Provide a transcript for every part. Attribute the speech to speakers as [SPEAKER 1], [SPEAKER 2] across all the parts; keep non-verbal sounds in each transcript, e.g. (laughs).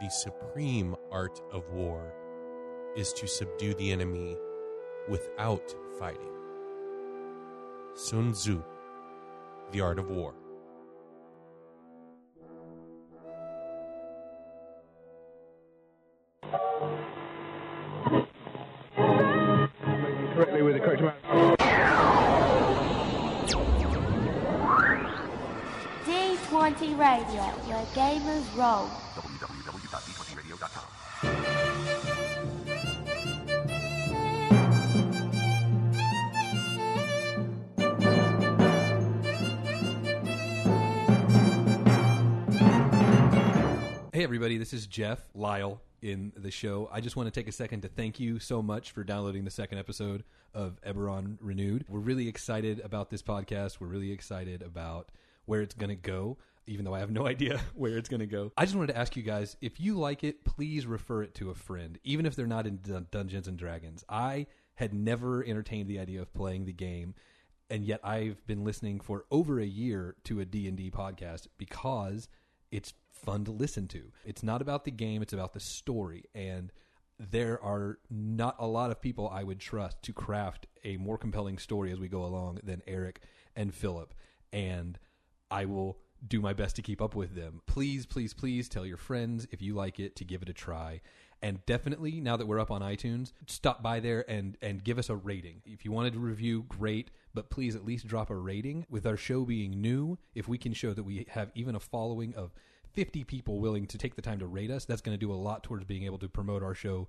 [SPEAKER 1] the supreme art of war is to subdue the enemy without fighting. Sun Tzu, The Art of War.
[SPEAKER 2] correctly with the correct amount.
[SPEAKER 3] D20 Radio, where gamers roll.
[SPEAKER 4] Hey, everybody, this is Jeff Lyle in the show. I just want to take a second to thank you so much for downloading the second episode of Eberron Renewed. We're really excited about this podcast. We're really excited about where it's going to go, even though I have no (laughs) idea where it's going to go. I just wanted to ask you guys if you like it, please refer it to a friend, even if they're not in Dun- Dungeons and Dragons. I had never entertained the idea of playing the game and yet I've been listening for over a year to a D&D podcast because it's fun to listen to. It's not about the game, it's about the story and there are not a lot of people I would trust to craft a more compelling story as we go along than Eric and Philip and I will do my best to keep up with them. Please, please, please tell your friends if you like it to give it a try. And definitely, now that we're up on iTunes, stop by there and and give us a rating. If you wanted to review, great, but please at least drop a rating. With our show being new, if we can show that we have even a following of 50 people willing to take the time to rate us, that's going to do a lot towards being able to promote our show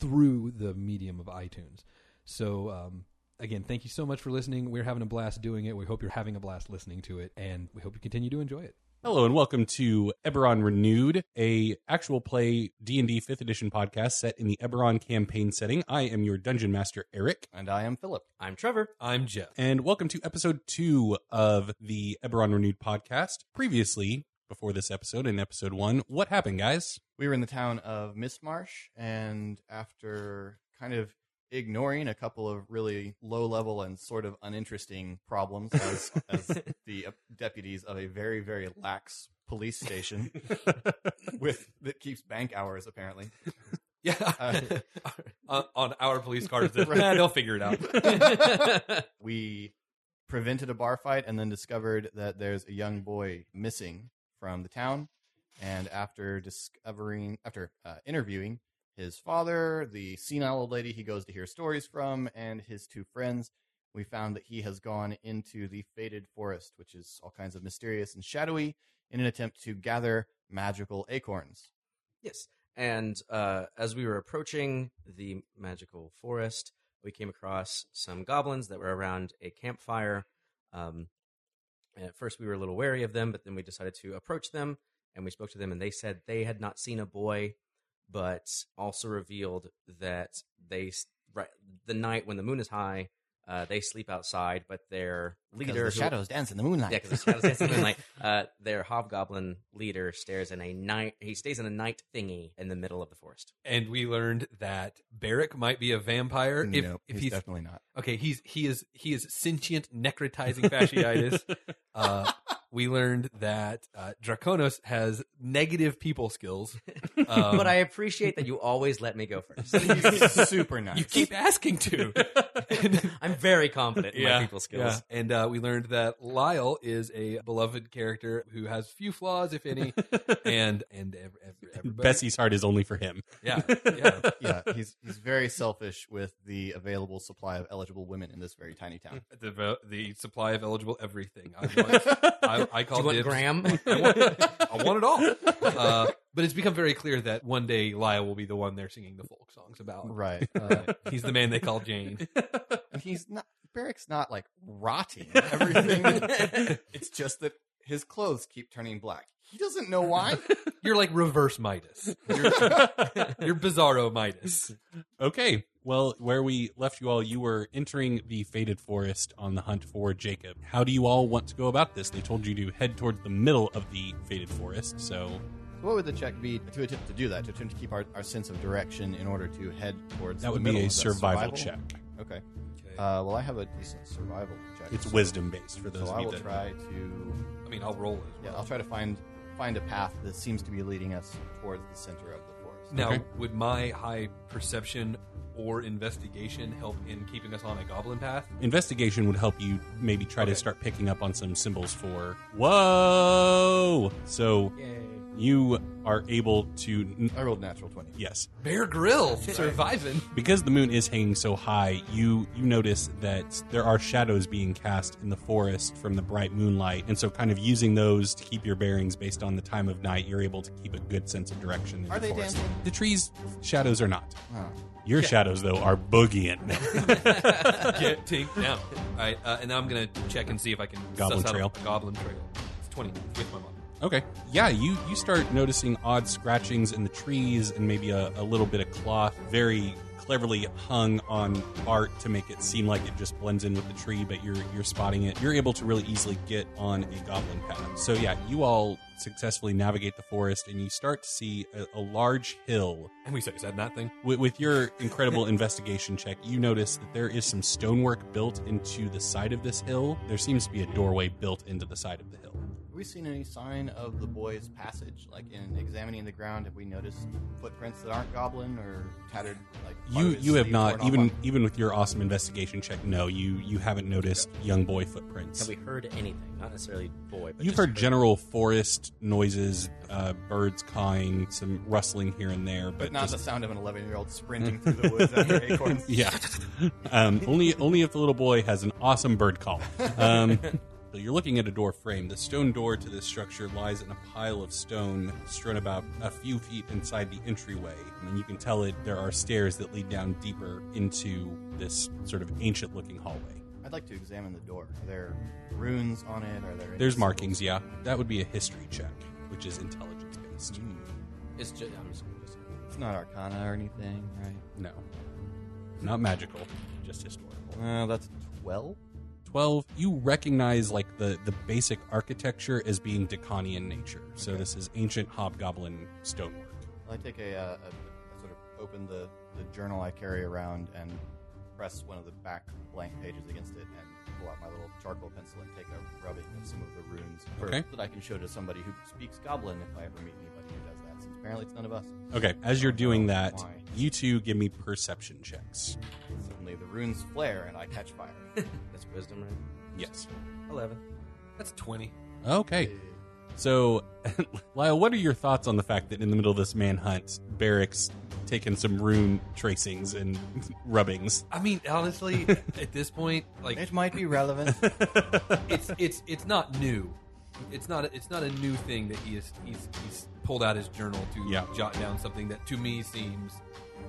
[SPEAKER 4] through the medium of iTunes. So, um, again, thank you so much for listening. We're having a blast doing it. We hope you're having a blast listening to it, and we hope you continue to enjoy it.
[SPEAKER 1] Hello and welcome to Eberron Renewed, a actual play D&D 5th edition podcast set in the Eberron campaign setting. I am your dungeon master Eric.
[SPEAKER 5] And I am Philip. I'm Trevor.
[SPEAKER 4] I'm Jeff.
[SPEAKER 1] And welcome to episode 2 of the Eberron Renewed podcast. Previously, before this episode in episode 1, what happened, guys?
[SPEAKER 5] We were in the town of Mistmarsh, and after kind of ignoring a couple of really low level and sort of uninteresting problems as, as the uh, deputies of a very, very lax police station with that keeps bank hours apparently
[SPEAKER 4] Yeah,
[SPEAKER 5] Uh,
[SPEAKER 4] (laughs) on, on our police cars, that,
[SPEAKER 5] Right.
[SPEAKER 4] "Nah, they'll figure it out.
[SPEAKER 5] we prevented a bar fight and then discovered that there's a young boy missing from the town. And after discovering, after uh, interviewing his father, the senile old lady he goes to hear stories from, and his two friends, we found that he has gone into the faded forest, which is all kinds of mysterious and shadowy, in an attempt to gather magical acorns.
[SPEAKER 6] Yes. And uh, as we were approaching the magical forest, we came across some goblins that were around a campfire. Um, and at first, we were a little wary of them, but then we decided to approach them and we spoke to them, and they said they had not seen a boy, but also revealed that they, s- right, the night when the moon is high, uh, they sleep outside, but their
[SPEAKER 5] Because
[SPEAKER 6] leader,
[SPEAKER 5] the
[SPEAKER 6] who-
[SPEAKER 5] shadows dance in the moonlight.
[SPEAKER 6] yeah,
[SPEAKER 5] (laughs)
[SPEAKER 6] because shadows dancing in the moonlight. (laughs) Uh, their hobgoblin leader stares in a night. He stays in a night thingy in the middle of the forest.
[SPEAKER 4] And we learned that Barrick might be a vampire if,
[SPEAKER 5] Nope,
[SPEAKER 4] if
[SPEAKER 5] he's,
[SPEAKER 4] he's,
[SPEAKER 5] definitely not.
[SPEAKER 4] okay. He's he is he is sentient necrotizing
[SPEAKER 5] (laughs)
[SPEAKER 4] fasciitis. uh, we learned that uh, Draconos has negative people
[SPEAKER 5] (laughs)
[SPEAKER 4] skills, um,
[SPEAKER 6] but I appreciate that you always let me go (laughs) first.
[SPEAKER 5] He's super nice.
[SPEAKER 4] you keep asking
[SPEAKER 5] (laughs)
[SPEAKER 4] to.
[SPEAKER 6] I'm very confident in my people skills.
[SPEAKER 4] yeah. And uh, we learned that Lyle is a beloved character who has few flaws, if
[SPEAKER 5] (laughs)
[SPEAKER 4] any, and and ev- ev- everybody.
[SPEAKER 1] Bessie's heart is only for him.
[SPEAKER 6] (laughs)
[SPEAKER 4] yeah, yeah.
[SPEAKER 1] (laughs)
[SPEAKER 5] yeah, he's he's very selfish with the available supply of eligible women in this very
[SPEAKER 1] (laughs)
[SPEAKER 5] tiny town.
[SPEAKER 4] The, vo- the supply of eligible everything. I, want,
[SPEAKER 6] (laughs)
[SPEAKER 4] I, I
[SPEAKER 6] Do you
[SPEAKER 4] call
[SPEAKER 6] want
[SPEAKER 4] dibs.
[SPEAKER 6] Graham?
[SPEAKER 4] I want, I want it
[SPEAKER 6] (laughs)
[SPEAKER 4] all. Uh, but it's become very clear that one day Lyle will be the one they're singing the folk songs about.
[SPEAKER 1] (laughs)
[SPEAKER 5] Right.
[SPEAKER 4] Uh, he's the man they call Jane.
[SPEAKER 6] (laughs)
[SPEAKER 5] And he's not Barrick's not like rotting
[SPEAKER 1] (laughs)
[SPEAKER 5] everything. it's just that his clothes keep turning black. He doesn't
[SPEAKER 1] (laughs)
[SPEAKER 5] know why.
[SPEAKER 4] You're like reverse Midas.
[SPEAKER 6] (laughs)
[SPEAKER 4] You're, you're Bizarro Midas.
[SPEAKER 1] Okay. Well, where we left you all, you were entering the faded forest on the hunt for Jacob. How do you all want to go about this? They told you to head towards the middle of the faded forest, so
[SPEAKER 5] What would the check be to attempt to do that? To attempt to keep our, our sense of direction in order to head towards
[SPEAKER 1] that
[SPEAKER 5] the
[SPEAKER 1] would be
[SPEAKER 5] middle.
[SPEAKER 1] a
[SPEAKER 5] Is that
[SPEAKER 1] survival, check.
[SPEAKER 5] Okay. Uh, well, I have a decent survival check.
[SPEAKER 1] It's wisdom based for
[SPEAKER 5] So
[SPEAKER 1] those
[SPEAKER 5] I
[SPEAKER 1] of you
[SPEAKER 5] will
[SPEAKER 1] that
[SPEAKER 5] try to.
[SPEAKER 4] I mean, I'll roll as
[SPEAKER 5] Yeah,
[SPEAKER 4] well.
[SPEAKER 5] I'll try to find find a path that seems to be leading us towards the center of the forest.
[SPEAKER 4] Now,
[SPEAKER 1] Okay.
[SPEAKER 4] would my high perception or investigation help in keeping us on a goblin path?
[SPEAKER 1] Investigation would help you maybe try to
[SPEAKER 4] Okay.
[SPEAKER 1] start picking up on some symbols for whoa. So
[SPEAKER 6] Yay.
[SPEAKER 1] you are able to
[SPEAKER 5] I rolled natural twenty.
[SPEAKER 1] yes,
[SPEAKER 4] Bear Grill surviving.
[SPEAKER 1] because the moon is hanging so high. You you notice that there are shadows being cast in the forest from the bright moonlight, and so kind of using those to keep your bearings based on the time of night, you're able to keep a good sense of direction. In
[SPEAKER 5] Are
[SPEAKER 1] the
[SPEAKER 5] they
[SPEAKER 1] forest.
[SPEAKER 5] dancing?
[SPEAKER 1] The trees shadows are not.
[SPEAKER 5] Oh.
[SPEAKER 1] Your shadows though are boogieing. (laughs)
[SPEAKER 4] Get tanked down. All right, uh, and now I'm gonna check and see if I can
[SPEAKER 1] Goblin
[SPEAKER 4] suss
[SPEAKER 1] trail.
[SPEAKER 4] Out a goblin trail. It's twenty with my mom.
[SPEAKER 1] Okay. Yeah, you, you start noticing odd scratchings in the trees and maybe a, a little bit of cloth very cleverly hung on art to make it seem like it just blends in with the tree, but you're you're spotting it. You're able to really easily get on a goblin path. So yeah, you all successfully navigate the forest and you start to see a, a large hill.
[SPEAKER 4] And we said, is that that thing?
[SPEAKER 1] With, with your incredible investigation check, you notice that there is some stonework built into the side of this hill. There seems to be a doorway built into the side of the hill.
[SPEAKER 5] Have we seen any sign of the boys' passage? Like in examining the ground, have we noticed footprints that aren't goblin or tattered? Like part of
[SPEAKER 1] You
[SPEAKER 5] his
[SPEAKER 1] you have
[SPEAKER 5] sleeve torn
[SPEAKER 1] not
[SPEAKER 5] off
[SPEAKER 1] even (laughs)
[SPEAKER 5] on-
[SPEAKER 1] even with your awesome investigation check. No, you you haven't noticed young boy footprints.
[SPEAKER 6] Have we heard anything? Not necessarily boy, but
[SPEAKER 1] You've
[SPEAKER 6] just
[SPEAKER 1] heard general forest noises, uh, birds cawing, some rustling here and there, but,
[SPEAKER 5] but not
[SPEAKER 1] just-
[SPEAKER 5] the sound of an eleven-year-old sprinting through the woods after acorns.
[SPEAKER 1] (laughs) yeah. um, only only if the little boy has an awesome bird call.
[SPEAKER 5] (laughs)
[SPEAKER 1] Um, so you're looking at a door frame. The stone door to this structure lies in a pile of stone strewn about a few feet inside the entryway, and you can tell it there are stairs that lead down deeper into this sort of ancient-looking hallway.
[SPEAKER 5] I'd like to examine the door. Are there runes on it? Are there? any
[SPEAKER 1] There's
[SPEAKER 5] symbols?
[SPEAKER 1] markings, yeah. That would be a history check, which is intelligence based.
[SPEAKER 5] Hmm.
[SPEAKER 6] It's just, I'm just, I'm just
[SPEAKER 5] It's not arcana or anything, right?
[SPEAKER 1] No. Not magical, just historical.
[SPEAKER 5] Well, that's twelve.
[SPEAKER 1] 12, you recognize like the, the basic architecture as being Decanian nature. So
[SPEAKER 5] Okay.
[SPEAKER 1] this is ancient hobgoblin stonework.
[SPEAKER 5] I take a, uh, a, a sort of open the, the journal I carry around and press one of the back blank pages against it and pull out my little charcoal pencil and take a rubbing of some of the runes for,
[SPEAKER 1] Okay.
[SPEAKER 5] that I can show to somebody who speaks Goblin if I ever meet anybody who does that. Since apparently it's none of us.
[SPEAKER 1] Okay, as you're doing that,
[SPEAKER 5] Oh, Why?
[SPEAKER 1] you two give me perception checks.
[SPEAKER 5] Suddenly the runes flare and I catch fire.
[SPEAKER 6] That's wisdom, right?
[SPEAKER 1] Yes.
[SPEAKER 6] Eleven.
[SPEAKER 4] That's twenty.
[SPEAKER 1] Okay. So, (laughs) Lyle, what are your thoughts on the fact that in the middle of this manhunt, Barracks taken some rune tracings and (laughs) rubbings? (laughs)
[SPEAKER 4] I mean, honestly, at this point, like
[SPEAKER 5] (laughs) it might be relevant.
[SPEAKER 4] it's it's it's not new. It's not it's not a new thing that he is he's he's pulled out his journal to
[SPEAKER 1] Yeah.
[SPEAKER 4] jot down something that to me seems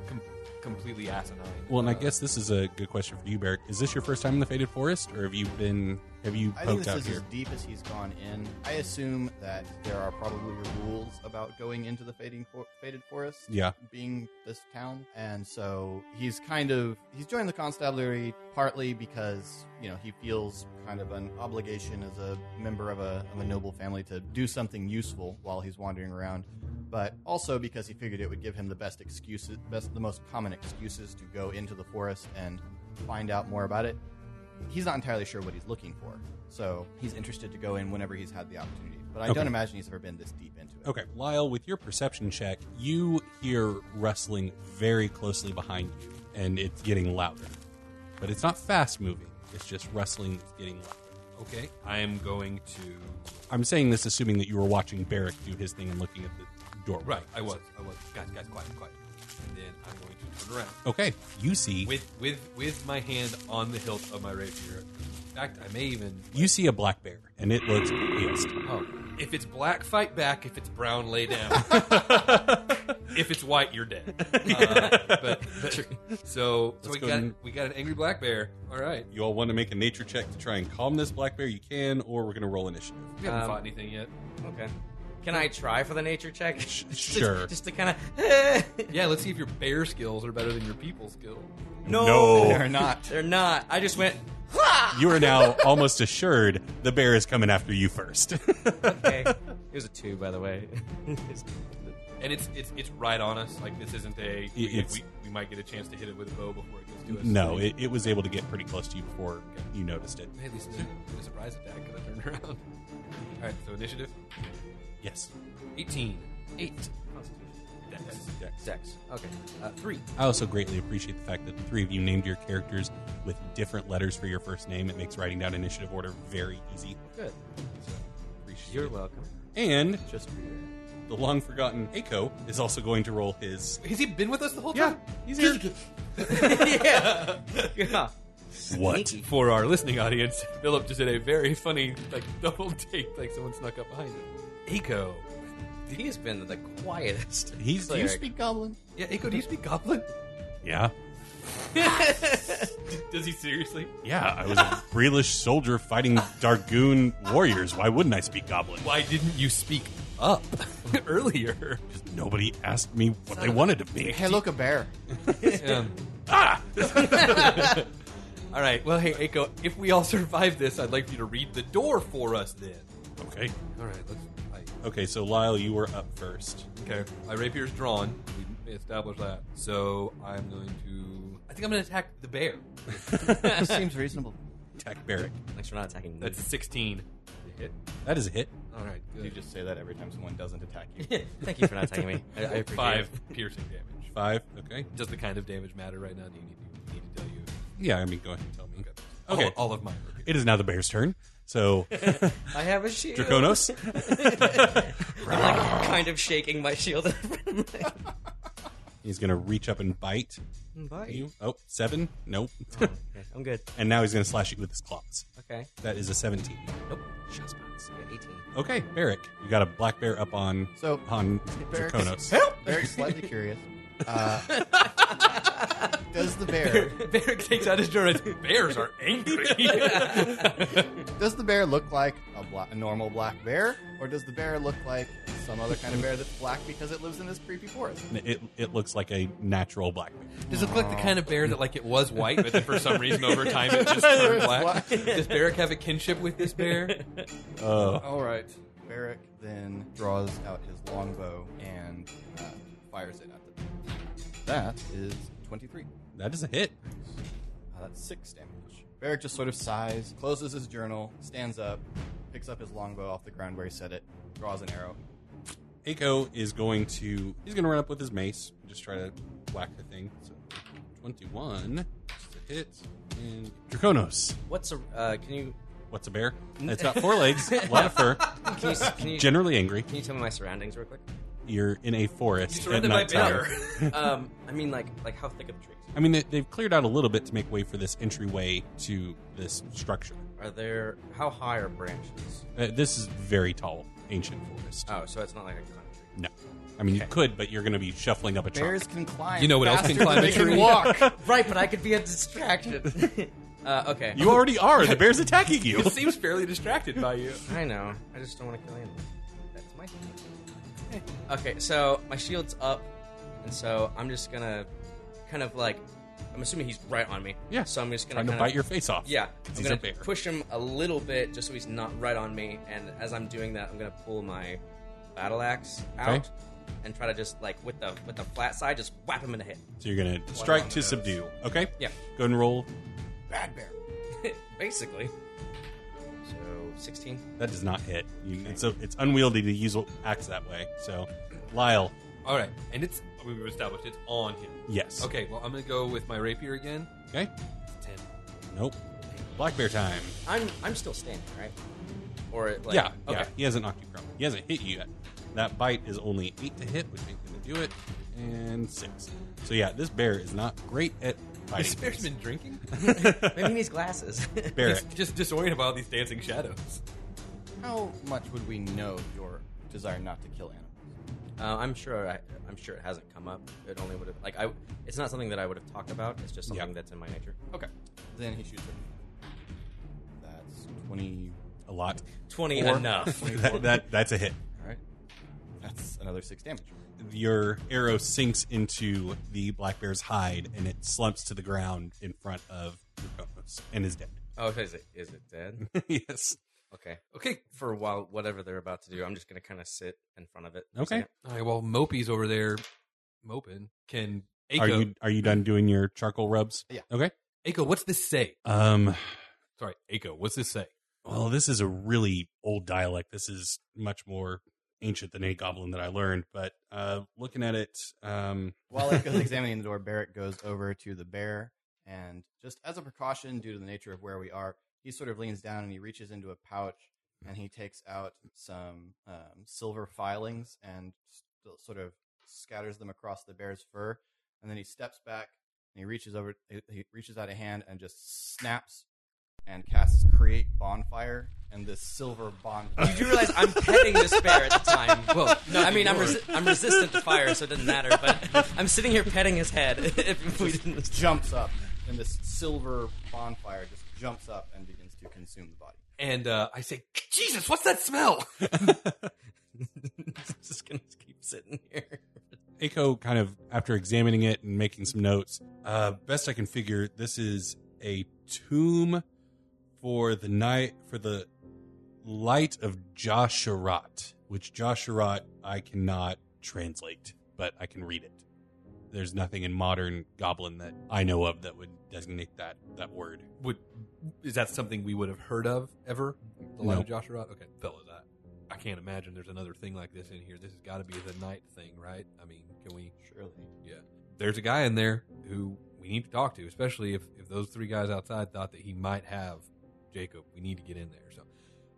[SPEAKER 4] com- completely asinine.
[SPEAKER 1] Well, and I
[SPEAKER 4] Uh,
[SPEAKER 1] guess this is a good question for you, Barrick. Is this your first time in the Faded Forest, or have you been have you
[SPEAKER 5] (laughs) I think
[SPEAKER 1] poked
[SPEAKER 5] this
[SPEAKER 1] out
[SPEAKER 5] is
[SPEAKER 1] here?
[SPEAKER 5] as deep as he's gone in. I assume that there are probably rules about going into the fading for- faded forest.
[SPEAKER 1] Yeah.
[SPEAKER 5] being this town and so he's kind of he's joined the constabulary partly because you know he feels kind of an obligation as a member of a, of a noble family to do something useful while he's wandering around but also because he figured it would give him the best excuses best the most common excuses to go into the forest and find out more about it he's not entirely sure what he's looking for so he's interested to go in whenever he's had the opportunity but i
[SPEAKER 1] Okay.
[SPEAKER 5] don't imagine he's ever been this deep into it
[SPEAKER 1] Okay, Lyle, with your perception check, you hear rustling very closely behind you, and it's getting louder. But it's not fast moving; it's just rustling that's getting louder.
[SPEAKER 4] Uh, okay, I am going to
[SPEAKER 1] I'm saying this assuming that you were watching Barrick do his thing and looking at the doorway.
[SPEAKER 4] Right, I was, I was. Guys, guys, quiet, quiet. And then I'm going to turn around
[SPEAKER 1] Okay, you see,
[SPEAKER 4] with with with my hand on the hilt of my rapier. In fact, I may even
[SPEAKER 1] you see a black bear, and it looks pissed.
[SPEAKER 4] oh, if it's black, fight back. If it's brown, lay
[SPEAKER 1] (laughs)
[SPEAKER 4] down. if it's white, you're dead. Uh, but, but- so so
[SPEAKER 1] Let's
[SPEAKER 4] we
[SPEAKER 1] go
[SPEAKER 4] got
[SPEAKER 1] and-
[SPEAKER 4] we got an angry black bear. All right,
[SPEAKER 1] You all want to make a nature check to try and calm this black bear? You can, or we're going to roll initiative.
[SPEAKER 4] we haven't
[SPEAKER 6] Um,
[SPEAKER 4] fought anything yet.
[SPEAKER 6] Okay. Can I try for the nature check?
[SPEAKER 1] Sh-
[SPEAKER 6] (laughs) Just-
[SPEAKER 1] sure.
[SPEAKER 6] Just, to (laughs) kind of.
[SPEAKER 4] Yeah, let's see if your bear skills are better than your people skills.
[SPEAKER 6] no,
[SPEAKER 1] No.
[SPEAKER 5] they're not
[SPEAKER 6] they're not. I just went.
[SPEAKER 1] You are now almost assured the bear is coming after you first. (laughs)
[SPEAKER 6] (laughs) Okay. It was a two, by the way. (laughs)
[SPEAKER 4] And it's it's it's right on us. Like this isn't a we,
[SPEAKER 1] It's-
[SPEAKER 4] we, we might get a chance to hit it with a bow before it gets to us.
[SPEAKER 1] no, it, it was able to get pretty close to you before you noticed it.
[SPEAKER 4] (laughs) Hey, at least it's a, it's a surprise attack because I turned around. All right, so initiative.
[SPEAKER 1] Yes.
[SPEAKER 4] 18. 8.
[SPEAKER 1] Dex.
[SPEAKER 6] Dex. Okay. Uh, three.
[SPEAKER 1] I also greatly appreciate the fact that the three of you named your characters with different letters for your first name. It makes writing down initiative order very easy.
[SPEAKER 6] Good.
[SPEAKER 1] So, appreciate
[SPEAKER 6] You're
[SPEAKER 1] it.
[SPEAKER 6] welcome.
[SPEAKER 1] And
[SPEAKER 6] Just for your
[SPEAKER 1] the long forgotten Aiko is also going to roll his.
[SPEAKER 4] Has he been with us the whole
[SPEAKER 1] Yeah,
[SPEAKER 4] time?
[SPEAKER 1] he's here.
[SPEAKER 6] (laughs) yeah. yeah.
[SPEAKER 1] What?
[SPEAKER 6] Sneaky.
[SPEAKER 4] For our listening audience, (laughs) Philip just did a very funny like (laughs) double take, like someone snuck up behind him. Eco.
[SPEAKER 6] He's been the quietest.
[SPEAKER 1] He's
[SPEAKER 5] Do you
[SPEAKER 1] used.
[SPEAKER 5] speak goblin?
[SPEAKER 4] Yeah, Eco, do you speak Goblin?
[SPEAKER 1] Yeah.
[SPEAKER 4] (laughs) Does he seriously?
[SPEAKER 1] Yeah, I was a Breelish soldier fighting Dargoon warriors. Why wouldn't I speak Goblin?
[SPEAKER 4] Why didn't you speak up (laughs) earlier?
[SPEAKER 1] Because nobody asked me what they wanted of me.
[SPEAKER 5] Hey, look, a bear.
[SPEAKER 4] All right. Well, hey, Eiko, if we all (laughs) survive this, I'd like for you to read the door for us then.
[SPEAKER 1] Okay.
[SPEAKER 4] All right. Let's. I,
[SPEAKER 1] Okay, so Lyle, you were up first.
[SPEAKER 4] okay. My rapier's drawn. We established that. So I'm going to. I think I'm going to attack the bear.
[SPEAKER 5] Seems reasonable.
[SPEAKER 1] Attack Barrack.
[SPEAKER 6] Thanks for not attacking me.
[SPEAKER 4] That's a 16. Hit.
[SPEAKER 1] That is a hit.
[SPEAKER 4] All right. Good.
[SPEAKER 5] You just say that every time someone doesn't attack you.
[SPEAKER 6] (laughs) Thank you for not attacking me. I, I appreciate
[SPEAKER 4] five (laughs)
[SPEAKER 6] it.
[SPEAKER 4] piercing damage.
[SPEAKER 1] Five. Okay.
[SPEAKER 4] Does the kind of damage matter right now? Do you need, you need to tell you?
[SPEAKER 1] Yeah, I mean, go ahead and tell me.
[SPEAKER 4] All-
[SPEAKER 1] Okay.
[SPEAKER 4] All, of mine. Are
[SPEAKER 1] It is now the bear's turn. So,
[SPEAKER 6] I have a shield. (laughs)
[SPEAKER 1] Draconos,
[SPEAKER 6] I'm like kind of shaking my shield.
[SPEAKER 1] he's going to reach up and bite
[SPEAKER 6] Bye.
[SPEAKER 1] you. Oh, seven? Nope.
[SPEAKER 6] Okay, I'm good.
[SPEAKER 1] and now he's going to slash you with his claws.
[SPEAKER 6] Okay.
[SPEAKER 1] That is a 17.
[SPEAKER 6] Nope.
[SPEAKER 1] Just miss.
[SPEAKER 6] I got 18.
[SPEAKER 1] Okay, Barrack. You got a black bear up on
[SPEAKER 5] So
[SPEAKER 1] on
[SPEAKER 5] Barrack-
[SPEAKER 1] Draconos.
[SPEAKER 5] Very slightly curious. (laughs) Uh, does the bear
[SPEAKER 4] (laughs) Barrick takes out his journal. Bears are (laughs) angry.
[SPEAKER 5] does the bear look like a, bla- a normal black bear, or does the bear look like some other kind of bear that's black because it lives in this creepy forest?
[SPEAKER 1] It, it looks like a natural black bear.
[SPEAKER 4] Does it look like the kind of bear that like it was white, but then for some reason over time it (laughs) just turned black? Does Barrick have a kinship with this (laughs) bear?
[SPEAKER 1] Uh,
[SPEAKER 4] All right.
[SPEAKER 5] Barrack then draws out his longbow and uh, fires it at the bear. That is twenty-three.
[SPEAKER 1] that is a hit.
[SPEAKER 5] Uh, that's six damage. Barrack just sort of sighs, closes his journal, stands up, picks up his longbow off the ground where he set it, draws an arrow.
[SPEAKER 1] Aiko is going to he's going to run up with his mace, and just try to whack the thing. So twenty-one, just a hit. And Draconos,
[SPEAKER 6] What's a. Uh, can you.
[SPEAKER 1] what's a bear? It's got four legs, a lot of fur,
[SPEAKER 6] Can you, can you,
[SPEAKER 1] generally angry.
[SPEAKER 6] can you tell me my surroundings real quick?
[SPEAKER 1] You're in a forest at
[SPEAKER 4] surrounded by
[SPEAKER 1] nighttime.
[SPEAKER 4] bear.
[SPEAKER 6] um, I mean, like, like how thick are the trees?
[SPEAKER 1] (laughs) I mean, they, they've cleared out a little bit to make way for this entryway to this structure.
[SPEAKER 6] Are there how high are branches?
[SPEAKER 1] Uh, this is very tall, ancient forest.
[SPEAKER 6] Oh, so it's not like a country.
[SPEAKER 1] No, I mean you could, but you're going to be shuffling up a trunk.
[SPEAKER 5] Bears can climb.
[SPEAKER 4] You know what else can
[SPEAKER 5] faster
[SPEAKER 4] climb
[SPEAKER 5] than
[SPEAKER 4] a
[SPEAKER 5] they can
[SPEAKER 4] tree?
[SPEAKER 5] Walk.
[SPEAKER 6] (laughs) Right, but I could be a distraction. uh, okay,
[SPEAKER 1] (laughs) You already are. The bear's attacking you.
[SPEAKER 4] It seems fairly distracted by you.
[SPEAKER 6] I know. I just don't want to kill anyone. That's my thing. Okay, so my shield's up, and so I'm just gonna kind of like I'm assuming he's right on me.
[SPEAKER 1] Yeah.
[SPEAKER 6] So I'm just gonna
[SPEAKER 1] Trying to
[SPEAKER 6] kind of-
[SPEAKER 1] bite your face off. (laughs)
[SPEAKER 6] (laughs) Yeah,
[SPEAKER 1] 'Cause
[SPEAKER 6] I'm
[SPEAKER 1] he's a
[SPEAKER 6] gonna
[SPEAKER 1] bear.
[SPEAKER 6] push him a little bit just so he's not right on me. And as I'm doing that, I'm gonna pull my battle axe out
[SPEAKER 1] Okay.
[SPEAKER 6] and try to just like with the with the flat side, just whap him in the head.
[SPEAKER 1] So you're gonna strike
[SPEAKER 6] on
[SPEAKER 1] to
[SPEAKER 6] the nose.
[SPEAKER 1] subdue. Okay.
[SPEAKER 6] Yeah.
[SPEAKER 1] Go ahead and roll.
[SPEAKER 5] Bad bear.
[SPEAKER 6] (laughs) Basically. So 16.
[SPEAKER 1] That does not hit. You, It's a, it's unwieldy to use axe that way. So, Lyle.
[SPEAKER 4] All right, and it's we've established it's on him.
[SPEAKER 1] Yes.
[SPEAKER 4] Okay, well I'm gonna go with my rapier again.
[SPEAKER 1] Okay.
[SPEAKER 4] Ten.
[SPEAKER 1] Nope. Black bear time.
[SPEAKER 6] I'm I'm still standing, right? Or like
[SPEAKER 1] yeah.
[SPEAKER 6] okay.
[SPEAKER 1] Yeah. He hasn't knocked you prone. He hasn't hit you yet. That bite is only eight to hit, which ain't gonna do it. And six. So yeah, this bear is not great at fighting.
[SPEAKER 4] This bear's been drinking.
[SPEAKER 1] (laughs)
[SPEAKER 6] Maybe he needs glasses. (laughs)
[SPEAKER 1] Barrack.
[SPEAKER 4] He's just disoriented by all these dancing shadows.
[SPEAKER 5] How much would we know your desire not to kill animals?
[SPEAKER 6] Uh, I'm sure. I, I'm sure it hasn't come up. It only would have like I. It's not something that I would have talked about. It's just something
[SPEAKER 1] Yeah.
[SPEAKER 6] that's in my nature.
[SPEAKER 5] Okay. Then he shoots it. That's 20.
[SPEAKER 1] a lot.
[SPEAKER 6] Twenty
[SPEAKER 1] (laughs)
[SPEAKER 5] Four.
[SPEAKER 6] enough.
[SPEAKER 1] that, that that's a hit.
[SPEAKER 5] All right. That's another 6 damage.
[SPEAKER 1] your arrow sinks into the black bear's hide and it slumps to the ground in front of Draconos and is dead. (laughs)
[SPEAKER 6] oh, is it? Is it dead?
[SPEAKER 1] yes.
[SPEAKER 6] Okay. Okay. For a while, whatever they're about to do, I'm just gonna kind of sit in front of it. for a
[SPEAKER 1] Okay.
[SPEAKER 6] second.
[SPEAKER 4] All right, well Mopey's over there moping. Can Eiko?
[SPEAKER 1] Are you are you done doing your charcoal rubs?
[SPEAKER 5] Yeah.
[SPEAKER 1] Okay.
[SPEAKER 4] Eiko, what's this say?
[SPEAKER 1] Um
[SPEAKER 4] Sorry, Eiko, what's this say?
[SPEAKER 1] well this is a really old dialect. This is much more ancient than any goblin that I learned. But uh, looking at it, um,
[SPEAKER 5] While Ika's examining the door, Barrett goes over to the bear and just as a precaution, due to the nature of where we are, he sort of leans down and he reaches into a pouch and he takes out some um, silver filings and st- sort of scatters them across the bear's fur. And then he steps back and he reaches over, he- he reaches out a hand and just snaps and casts create bonfire and this silver bonfire.
[SPEAKER 6] You do realize I'm petting this bear at the time.
[SPEAKER 4] Whoa,
[SPEAKER 6] No, I mean I'm,
[SPEAKER 4] more.
[SPEAKER 6] resi- I'm resistant to fire, so it doesn't matter. But I'm sitting here petting his head. (laughs) if we didn't,
[SPEAKER 5] jumps up and this silver bonfire just jumps up and begins to consume the body.
[SPEAKER 4] And uh, I say, Jesus, what's
[SPEAKER 1] (laughs)
[SPEAKER 4] that smell?
[SPEAKER 6] (laughs) I'm just gonna keep sitting here.
[SPEAKER 1] Aiko kind of after examining it and making some notes, uh, best I can figure, this is a tomb for the night for the light of Josharat, which Josharat I cannot translate, but I can read it. There's nothing in modern Goblin that I know of that would designate that that word.
[SPEAKER 4] Would is that something we would have heard of ever? The light
[SPEAKER 1] No.
[SPEAKER 4] of Joshua. Okay, fellas, I, I can't imagine there's another thing like this in here. This has got to be the night thing, right? I mean, can we?
[SPEAKER 5] Surely.
[SPEAKER 4] There's a guy in there who we need to talk to, especially if if those three guys outside thought that he might have Jacob. We need to get in there. So,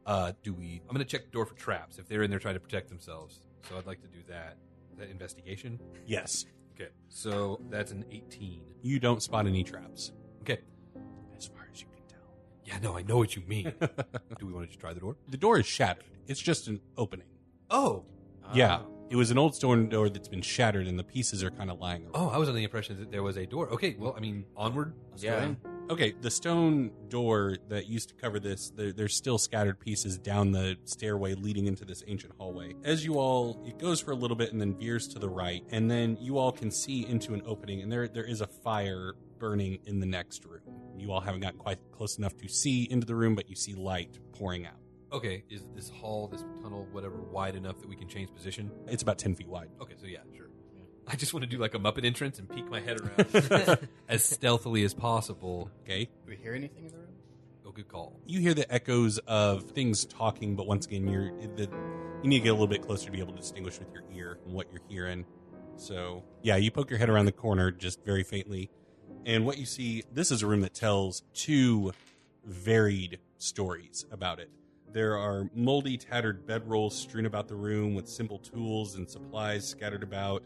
[SPEAKER 4] uh, do we? I'm gonna check the door for traps if they're in there trying to protect themselves. So I'd like to do that. That investigation.
[SPEAKER 1] Yes,
[SPEAKER 4] Okay, so that's an 18.
[SPEAKER 1] you don't spot any traps
[SPEAKER 4] Okay.
[SPEAKER 1] as far as you can tell.
[SPEAKER 4] Yeah, no, I know what you mean. Do we want to just try the door?
[SPEAKER 1] The door is shattered. It's just an opening.
[SPEAKER 4] Oh,
[SPEAKER 6] Um,
[SPEAKER 1] Yeah. It was an old stone door that's been shattered, and the pieces are kind of lying around.
[SPEAKER 4] oh, I was under the impression that there was a door. Okay, well, I mean, onward.
[SPEAKER 5] Let's
[SPEAKER 6] Yeah.
[SPEAKER 5] go in.
[SPEAKER 1] Okay, the stone door that used to cover this, there, there's still scattered pieces down the stairway leading into this ancient hallway. As you all, it goes for a little bit and then veers to the right, and then you all can see into an opening, and there there is a fire burning in the next room. You all haven't gotten quite close enough to see into the room, but you see light pouring out.
[SPEAKER 4] Okay, is this hall, this tunnel, whatever, wide enough that we can change position?
[SPEAKER 1] It's about ten feet wide. (laughs)
[SPEAKER 4] Okay, so yeah, sure. I just want to do like a Muppet entrance and peek my head (laughs) around as stealthily as possible.
[SPEAKER 1] Okay,
[SPEAKER 5] Do we hear anything in the room?
[SPEAKER 4] Oh, good call.
[SPEAKER 1] you hear the echoes of things talking, but once again, you're the, you need to get a little bit closer to be able to distinguish with your ear and what you're hearing. So, yeah, you poke your head around the corner just very faintly, and what you see this is a room that tells two varied stories about it. There are moldy, tattered bedrolls strewn about the room with simple tools and supplies scattered about.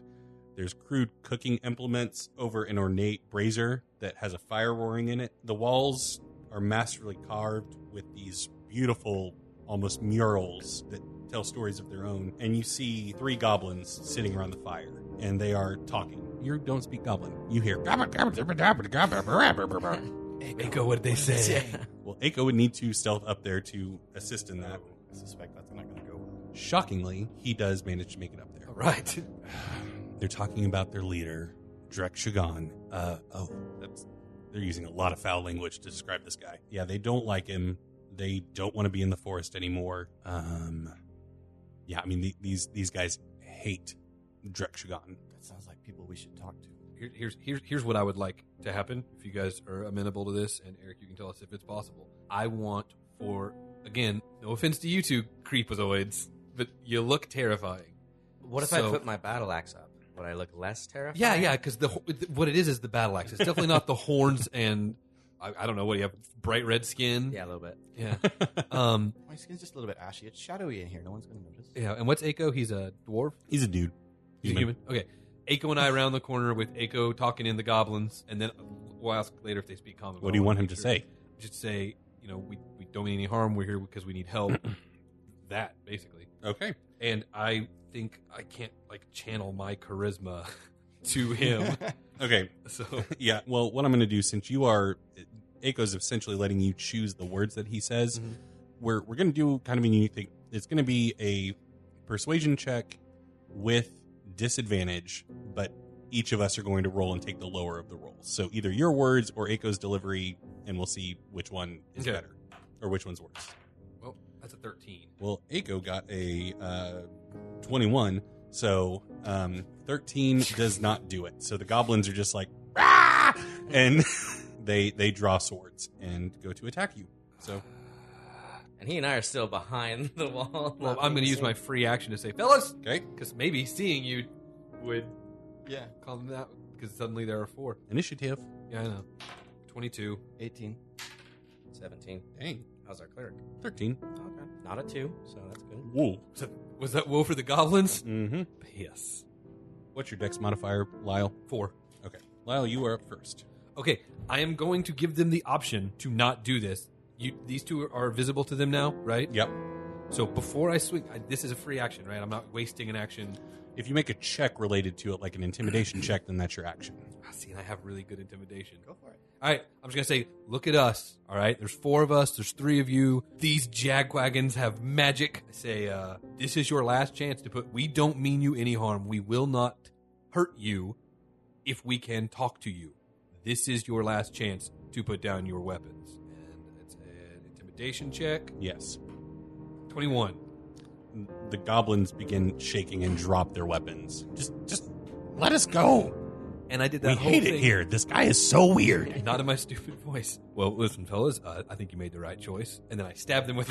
[SPEAKER 1] There's crude cooking implements over an ornate brazier that has a fire roaring in it. The walls are masterfully carved with these beautiful, almost murals that tell stories of their own. And you see three goblins sitting around the fire, and they are talking. You don't speak goblin. You hear. "Goblin, goblin, goblin, goblin, goblin, goblin, goblin."
[SPEAKER 4] Echo, what did they say?
[SPEAKER 1] (laughs) Well, Aiko would need to stealth up there to assist in that.
[SPEAKER 5] I suspect that's not going to go well.
[SPEAKER 1] Shockingly, he does manage to make it up there.
[SPEAKER 4] All right.
[SPEAKER 1] (sighs) They're talking about their leader, Drek Shagan. Uh, oh, that's they're using a lot of foul language to describe this guy. Yeah, they don't like him. They don't want to be in the forest anymore. Um, yeah, I mean the, these these guys hate Drek Shagan.
[SPEAKER 5] That sounds like people we should talk to.
[SPEAKER 4] (laughs) Here, here's here's here's what I would like to happen if you guys are amenable to this, and Eric, you can tell us if it's possible. I want for again, no offense to you two creepazoids, but you look terrifying.
[SPEAKER 6] What if I
[SPEAKER 4] So-
[SPEAKER 6] put my battle axe up? Would I look less terrified?
[SPEAKER 4] Yeah, yeah, because the ho- th- what it is is the battle axe. It's definitely not the horns and I, I don't know what do you have bright red skin.
[SPEAKER 6] yeah, a little bit.
[SPEAKER 4] yeah. Um,
[SPEAKER 5] My skin's just a little bit ashy. It's shadowy in here. No one's going to notice.
[SPEAKER 4] yeah. And what's Aiko? He's a dwarf.
[SPEAKER 1] He's a dude.
[SPEAKER 4] He's a human. Okay. Aiko and I around the corner with Aiko talking in the goblins, and then we'll ask later if they speak common.
[SPEAKER 1] What do you want him to
[SPEAKER 4] Sure.
[SPEAKER 1] say?
[SPEAKER 4] Just say, you know, we we don't mean any harm. We're here because we need
[SPEAKER 1] (clears throat)
[SPEAKER 4] help. that basically.
[SPEAKER 1] Okay.
[SPEAKER 4] And I think I can't like channel my charisma (laughs) to him.
[SPEAKER 1] Okay.
[SPEAKER 4] so
[SPEAKER 1] (laughs) Yeah. Well, what I'm going to do since you are Aiko's essentially letting you choose the words that he says,
[SPEAKER 4] Mhm.
[SPEAKER 1] we're we're going to do kind of a unique thing. It's going to be a persuasion check with disadvantage, but each of us are going to roll and take the lower of the rolls. So either your words or Aiko's delivery, and we'll see which one is
[SPEAKER 4] Okay.
[SPEAKER 1] better or which one's worse.
[SPEAKER 4] well, that's a thirteen.
[SPEAKER 1] Well, Aiko got a uh, 21, so um, 13 does not do it. So the goblins are just like, "Ah!" (laughs) and they they draw swords and go to attack you. So
[SPEAKER 6] Uh, and he and I are still behind (laughs) the wall.
[SPEAKER 4] Well,
[SPEAKER 6] not
[SPEAKER 4] I'm going to use
[SPEAKER 6] facing.
[SPEAKER 4] my free action to say, fellas,
[SPEAKER 1] Okay.
[SPEAKER 4] because maybe seeing you would
[SPEAKER 5] Yeah.
[SPEAKER 4] call them that. Because suddenly there are four.
[SPEAKER 1] Initiative.
[SPEAKER 4] Yeah, I know. Twenty-two.
[SPEAKER 5] 18.
[SPEAKER 6] 17.
[SPEAKER 1] Dang.
[SPEAKER 6] How's our cleric?
[SPEAKER 1] 13.
[SPEAKER 6] Okay. Not a 2, so that's good.
[SPEAKER 1] Whoa.
[SPEAKER 4] Was that woe for the goblins?
[SPEAKER 1] Mm-hmm.
[SPEAKER 4] Yes.
[SPEAKER 1] What's your dex modifier, Lyle?
[SPEAKER 4] Four.
[SPEAKER 1] Okay. Lyle, you are up first.
[SPEAKER 4] Okay, I am going to give them the option to not do this. You, these two are visible to them now, right?
[SPEAKER 1] Yep.
[SPEAKER 4] So before I swing, I, this is a free action, right? I'm not wasting an action.
[SPEAKER 1] If you make a check related to it, like an intimidation check, then that's your action.
[SPEAKER 4] Ah, see, and I have really good intimidation.
[SPEAKER 5] Go for it.
[SPEAKER 4] All right, I'm just gonna say, look at us. All right, there's four of us. There's three of you. These jagwagons have magic. I say, uh, this is your last chance to put. We don't mean you any harm. We will not hurt you if we can talk to you. This is your last chance to put down your weapons. And it's an intimidation check.
[SPEAKER 1] Yes.
[SPEAKER 4] 21.
[SPEAKER 1] The goblins begin shaking and drop their weapons. Just, just let us go.
[SPEAKER 4] And I did that.
[SPEAKER 1] we
[SPEAKER 4] whole
[SPEAKER 1] hate
[SPEAKER 4] thing.
[SPEAKER 1] it here. This guy is so weird.
[SPEAKER 4] (laughs) Not in my stupid voice. Well, listen, fellas, uh, I think you made the right choice. And then I stabbed them (laughs) with.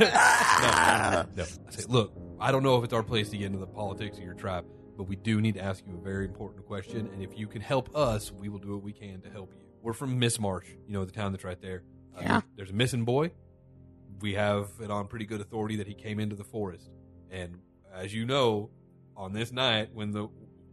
[SPEAKER 1] Ah.
[SPEAKER 4] No. I say, look, I don't know if it's our place to get into the politics of your tribe, but we do need to ask you a very important question. And if you can help us, we will do what we can to help you. We're from Miss Marsh, you know, the town that's right there. Uh,
[SPEAKER 1] Yeah.
[SPEAKER 4] There's a missing boy. We have it on pretty good authority that he came into the forest. And as you know, on this night when the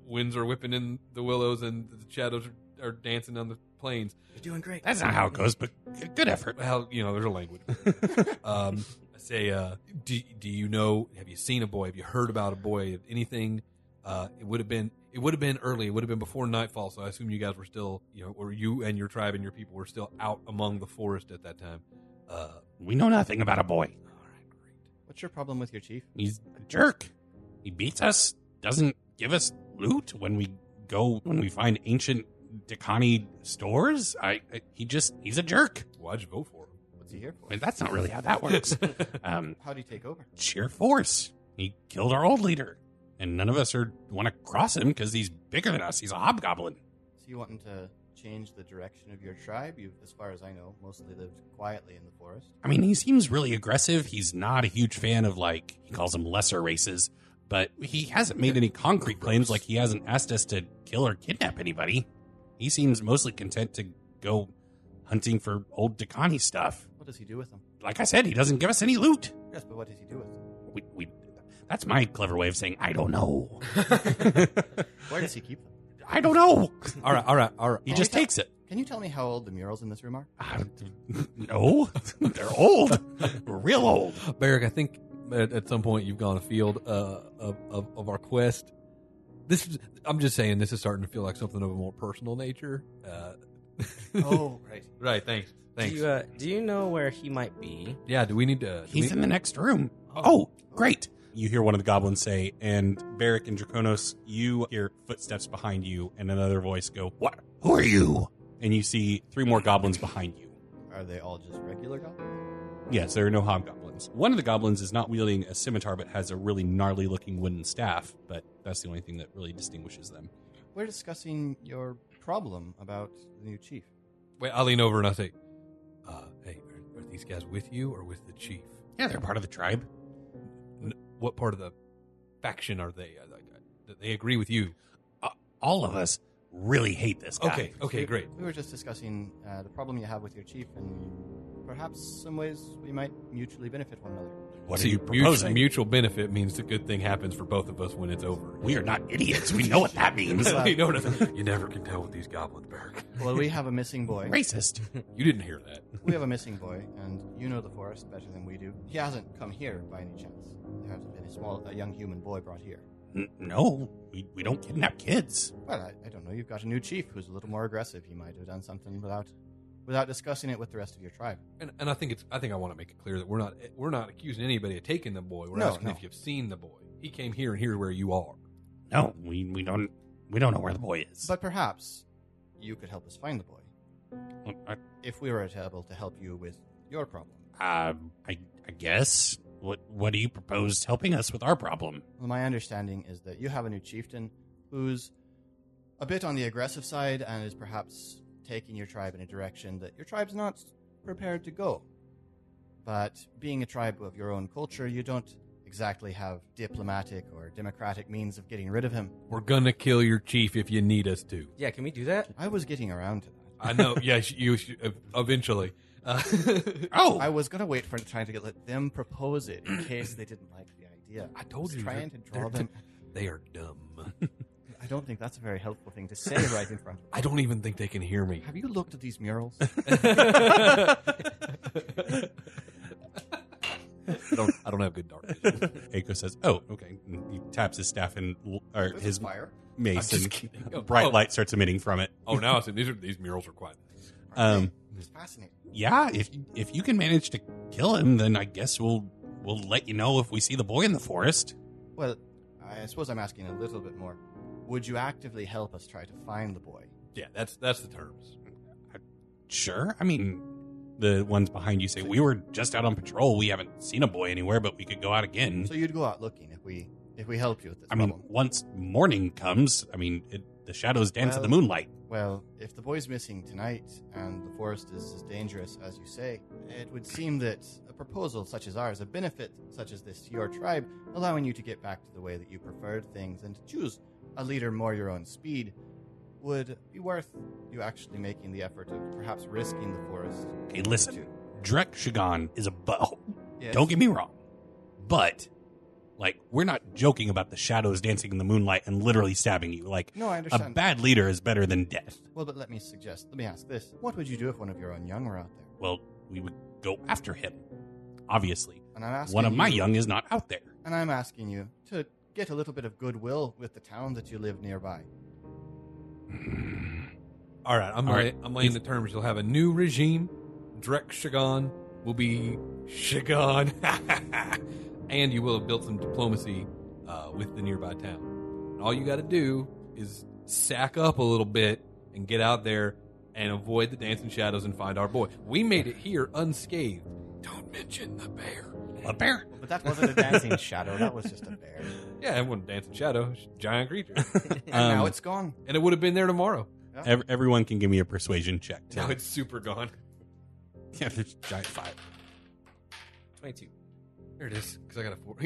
[SPEAKER 4] winds are whipping in the willows and the shadows are, are dancing on the plains,
[SPEAKER 6] You're doing great.
[SPEAKER 1] That's not how it goes, but good- good effort.
[SPEAKER 4] well, you know, there's a language.
[SPEAKER 1] (laughs)
[SPEAKER 4] um, I say, uh, do, do you know? Have you seen a boy? Have you heard about a boy? Anything? Uh, it would have been. It would have been early. It would have been before nightfall. So I assume you guys were still, you know, or you and your tribe and your people were still out among the forest at that time. Uh, all
[SPEAKER 1] We know nothing about a boy.
[SPEAKER 4] right, great.
[SPEAKER 5] What's your problem with your chief?
[SPEAKER 1] He's a jerk. He beats us, doesn't give us loot when we go when we find ancient Dakani stores. I, I he just he's a jerk.
[SPEAKER 4] Why'd you vote for him?
[SPEAKER 5] What's he here for?
[SPEAKER 1] I mean, that's not really how that
[SPEAKER 4] (laughs)
[SPEAKER 1] works. um,
[SPEAKER 5] How do you take over?
[SPEAKER 1] sheer force. He killed our old leader, and none of us are want to cross him because he's bigger than us. He's a hobgoblin.
[SPEAKER 5] So you wanting to change the direction of your tribe? You've, as far as I know, mostly lived quietly in the forest.
[SPEAKER 1] I mean, he seems really aggressive. He's not a huge fan of like he calls them lesser races, but he hasn't made any concrete claims. Like he hasn't asked us to kill or kidnap anybody. He seems mostly content to go hunting for old Dakani stuff.
[SPEAKER 5] What does he do with them?
[SPEAKER 1] Like I said, he doesn't give us any loot.
[SPEAKER 5] Yes, but what does he do with them?
[SPEAKER 1] We, we that's my clever way of saying I don't know.
[SPEAKER 5] Where does he keep them?
[SPEAKER 1] I don't know.
[SPEAKER 4] All right, all right, all right.
[SPEAKER 1] (laughs) He just takes it.
[SPEAKER 5] Can you tell me how old the murals in this room are?
[SPEAKER 1] I don't- no, they're old, real old.
[SPEAKER 4] Barrick, I think at, at some point you've gone afield uh, of, of, of our quest. This, is- I'm just saying, this is starting to feel like something of a more personal nature. Uh, (laughs)
[SPEAKER 5] oh, right.
[SPEAKER 4] right. Thanks. Thanks.
[SPEAKER 6] Do you, uh, do you know where he might be?
[SPEAKER 4] yeah. Do we need to? do
[SPEAKER 1] He's
[SPEAKER 4] we-
[SPEAKER 1] in the next room. Oh, great. You hear one of the goblins say, and Barrick and Draconos, you hear footsteps behind you and another voice go, What? Who are you? And you see three more goblins behind you.
[SPEAKER 5] Are they all just regular goblins?
[SPEAKER 1] Yes, there are no hobgoblins. One of the goblins is not wielding a scimitar but has a really gnarly looking wooden staff, but that's the only thing that really distinguishes them.
[SPEAKER 5] We're discussing your problem about the new chief.
[SPEAKER 4] Wait, I lean over and I say, uh, "Hey, are, are these guys with you or with the chief?
[SPEAKER 1] Yeah, they're part of the tribe.
[SPEAKER 4] What part of the faction are they? I, I, I, they agree with you.
[SPEAKER 1] All of us really hate this guy.
[SPEAKER 4] Okay, okay,
[SPEAKER 5] We-
[SPEAKER 4] great.
[SPEAKER 5] We were just discussing uh, the problem you have with your chief, and perhaps some ways we might mutually benefit
[SPEAKER 4] (laughs)
[SPEAKER 5] one another.
[SPEAKER 1] What
[SPEAKER 4] See,
[SPEAKER 1] are you
[SPEAKER 4] mut-
[SPEAKER 1] proposing?
[SPEAKER 4] Mutual, benefit means the good thing happens for both of us when it's over.
[SPEAKER 1] We are not idiots. We know what that means.
[SPEAKER 4] (laughs)
[SPEAKER 5] Well-
[SPEAKER 4] you, know what I- you never can tell with these goblins, Barrick.
[SPEAKER 5] Well, we have a missing boy.
[SPEAKER 1] Racist.
[SPEAKER 4] You didn't hear that.
[SPEAKER 5] We have a missing boy, and you know the forest better than we do. He hasn't come here by any chance. There hasn't been a small, a young human boy brought here.
[SPEAKER 1] N- no, we, we don't kidnap kids.
[SPEAKER 5] Well, I, I don't know. You've got a new chief who's a little more aggressive. He might have done something without, without discussing it with the rest of your tribe.
[SPEAKER 4] And, and I think it's. I think I want to make it clear that we're not. We're not accusing anybody of taking the boy. We're
[SPEAKER 5] No,
[SPEAKER 4] asking
[SPEAKER 5] no.
[SPEAKER 4] if you've seen the
[SPEAKER 5] (laughs)
[SPEAKER 4] boy. He came here, and here's where you are.
[SPEAKER 1] No, we, we don't we don't know where the boy is.
[SPEAKER 5] But perhaps you could help us find the boy
[SPEAKER 1] I,
[SPEAKER 5] if we were able to help you with your problem.
[SPEAKER 1] um, I I guess what what do you propose helping us with our problem?
[SPEAKER 5] Well, my understanding is that you have a new chieftain who's a bit on the aggressive side and is perhaps taking your tribe in a direction that your tribe's not prepared to go. But being a tribe of your own culture, you don't exactly have diplomatic or democratic means of getting rid of him.
[SPEAKER 4] We're gonna kill your chief if you need us to.
[SPEAKER 6] Yeah, can we do that?
[SPEAKER 5] I was getting around to that.
[SPEAKER 1] (laughs)
[SPEAKER 4] I know. yes, you sh- eventually. Uh, (laughs)
[SPEAKER 1] Oh,
[SPEAKER 5] I was going to wait for trying to get, let them propose it in case they didn't like the idea.
[SPEAKER 4] I told
[SPEAKER 5] Was
[SPEAKER 4] you
[SPEAKER 5] Trying to
[SPEAKER 4] they're-
[SPEAKER 5] draw
[SPEAKER 4] they're
[SPEAKER 5] them.
[SPEAKER 4] (laughs) they are dumb.
[SPEAKER 5] I don't think that's a very helpful thing to say right
[SPEAKER 1] (laughs)
[SPEAKER 5] in front. of
[SPEAKER 4] I don't even think they can hear me.
[SPEAKER 5] them. Have you looked at these murals?
[SPEAKER 4] I don't. I don't have good dark vision.
[SPEAKER 1] Aiko says, "Oh, okay." And he taps his staff and l- or his
[SPEAKER 5] fire.
[SPEAKER 1] mace,
[SPEAKER 4] I'm
[SPEAKER 1] and
[SPEAKER 4] just kidding. Oh,
[SPEAKER 1] bright
[SPEAKER 4] oh.
[SPEAKER 1] light starts emitting from it.
[SPEAKER 4] Oh, now it's these are these murals are quite nice.
[SPEAKER 1] Um,
[SPEAKER 5] it's fascinating.
[SPEAKER 1] yeah, if if you can manage to kill him, then I guess we'll we'll let you know if we see the boy in the forest.
[SPEAKER 5] Well, I suppose I'm asking a little bit more. Would you actively help us try to find the boy?
[SPEAKER 4] Yeah, that's that's the terms.
[SPEAKER 1] Sure. I mean, the ones behind you say we were just out on patrol. We haven't seen a boy anywhere, but we could go out again.
[SPEAKER 5] So you'd go out looking if we if we help you with this
[SPEAKER 1] Mm. I mean,
[SPEAKER 5] problem.
[SPEAKER 1] once morning comes, I mean, it, the shadows dance in the
[SPEAKER 5] Well-
[SPEAKER 1] moonlight.
[SPEAKER 5] Well, if the boy's missing tonight and the forest is as dangerous as you say, it would seem that a proposal such as ours, a benefit such as this to your tribe, allowing you to get back to the way that you preferred things and to choose a leader more your own speed, would be worth you actually making the effort of perhaps risking the forest.
[SPEAKER 1] Okay, listen,
[SPEAKER 5] to-
[SPEAKER 1] Drek Shagan is a butthole.
[SPEAKER 5] Yes.
[SPEAKER 1] Don't get me wrong, but like we're not joking about the shadows dancing in the moonlight and literally stabbing you. Like
[SPEAKER 5] No, I
[SPEAKER 1] a
[SPEAKER 5] understand.
[SPEAKER 1] bad leader is better than death.
[SPEAKER 5] Well, but let me suggest, let me ask this. What would you do if one of your own young were out there?
[SPEAKER 1] Well, we would go after him. Obviously,
[SPEAKER 5] And I'm asking
[SPEAKER 1] one of my
[SPEAKER 5] you-
[SPEAKER 1] young is not out there.
[SPEAKER 5] And I'm asking you to get a little bit of goodwill with the town that you live nearby.
[SPEAKER 4] All right, I'm
[SPEAKER 1] All
[SPEAKER 4] lay- I'm laying the terms. You'll have a new regime. Drek Shagan will be Shagan, (laughs) and you will have built some diplomacy uh, with the nearby town. And all you got to do is sack up a little bit and get out there and avoid the dancing shadows and find our boy. We made it here unscathed. Don't mention the bear.
[SPEAKER 1] A bear.
[SPEAKER 5] But that wasn't a dancing shadow. That was just a bear.
[SPEAKER 4] Yeah, everyone dancing shadow, giant creature, (laughs)
[SPEAKER 5] And
[SPEAKER 1] Um,
[SPEAKER 5] now it's gone.
[SPEAKER 4] and it would have been there tomorrow.
[SPEAKER 1] Ev- everyone can give me a persuasion check. To,
[SPEAKER 4] Now it's super gone.
[SPEAKER 1] (laughs) yeah, there's a giant five.
[SPEAKER 6] Twenty-two.
[SPEAKER 4] There it is. Because I got a four.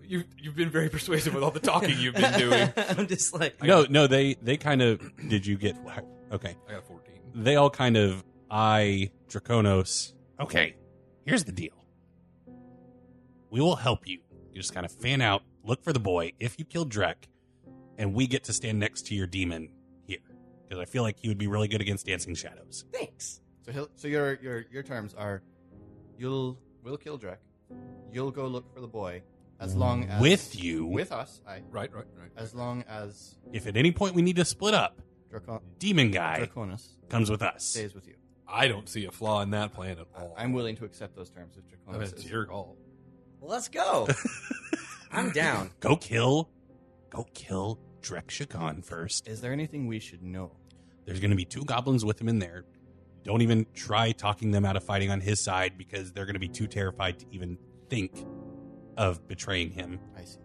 [SPEAKER 4] (laughs) You've you've been very persuasive with all the talking you've been (laughs) doing.
[SPEAKER 6] (laughs) I'm just like
[SPEAKER 1] No, no, they they kind of did. You get okay.
[SPEAKER 4] I got a fourteen.
[SPEAKER 1] They all kind of eye Draconos. Okay, here's the deal. We will help you. You just kind of fan out, look for the boy. If you kill Drek, and we get to stand next to your demon here, because I feel like he would be really good against dancing shadows.
[SPEAKER 6] thanks.
[SPEAKER 5] So he'll, so your your your terms are, you'll we'll kill Drek. You'll go look for the boy as long as
[SPEAKER 1] With you,
[SPEAKER 5] with us. I
[SPEAKER 4] Right, right, right.
[SPEAKER 5] as long as
[SPEAKER 1] if at any point we need to split up,
[SPEAKER 5] Dracon,
[SPEAKER 1] Demon Guy
[SPEAKER 5] Draconis
[SPEAKER 1] comes with us.
[SPEAKER 5] stays with you.
[SPEAKER 4] I don't see a flaw in that plan at all.
[SPEAKER 5] I, am willing to accept those terms if
[SPEAKER 4] I mean,
[SPEAKER 5] Draconis
[SPEAKER 4] it's
[SPEAKER 5] Oh, is.
[SPEAKER 4] your call.
[SPEAKER 6] Well,
[SPEAKER 4] (laughs)
[SPEAKER 6] let's go. I'm down.
[SPEAKER 1] Go kill, go kill Drek Shakan first.
[SPEAKER 5] Is there anything we should know?
[SPEAKER 1] There's going to be two goblins with him in there. Don't even try talking them out of fighting on his side because they're going to be too terrified to even think of betraying him.
[SPEAKER 5] I see.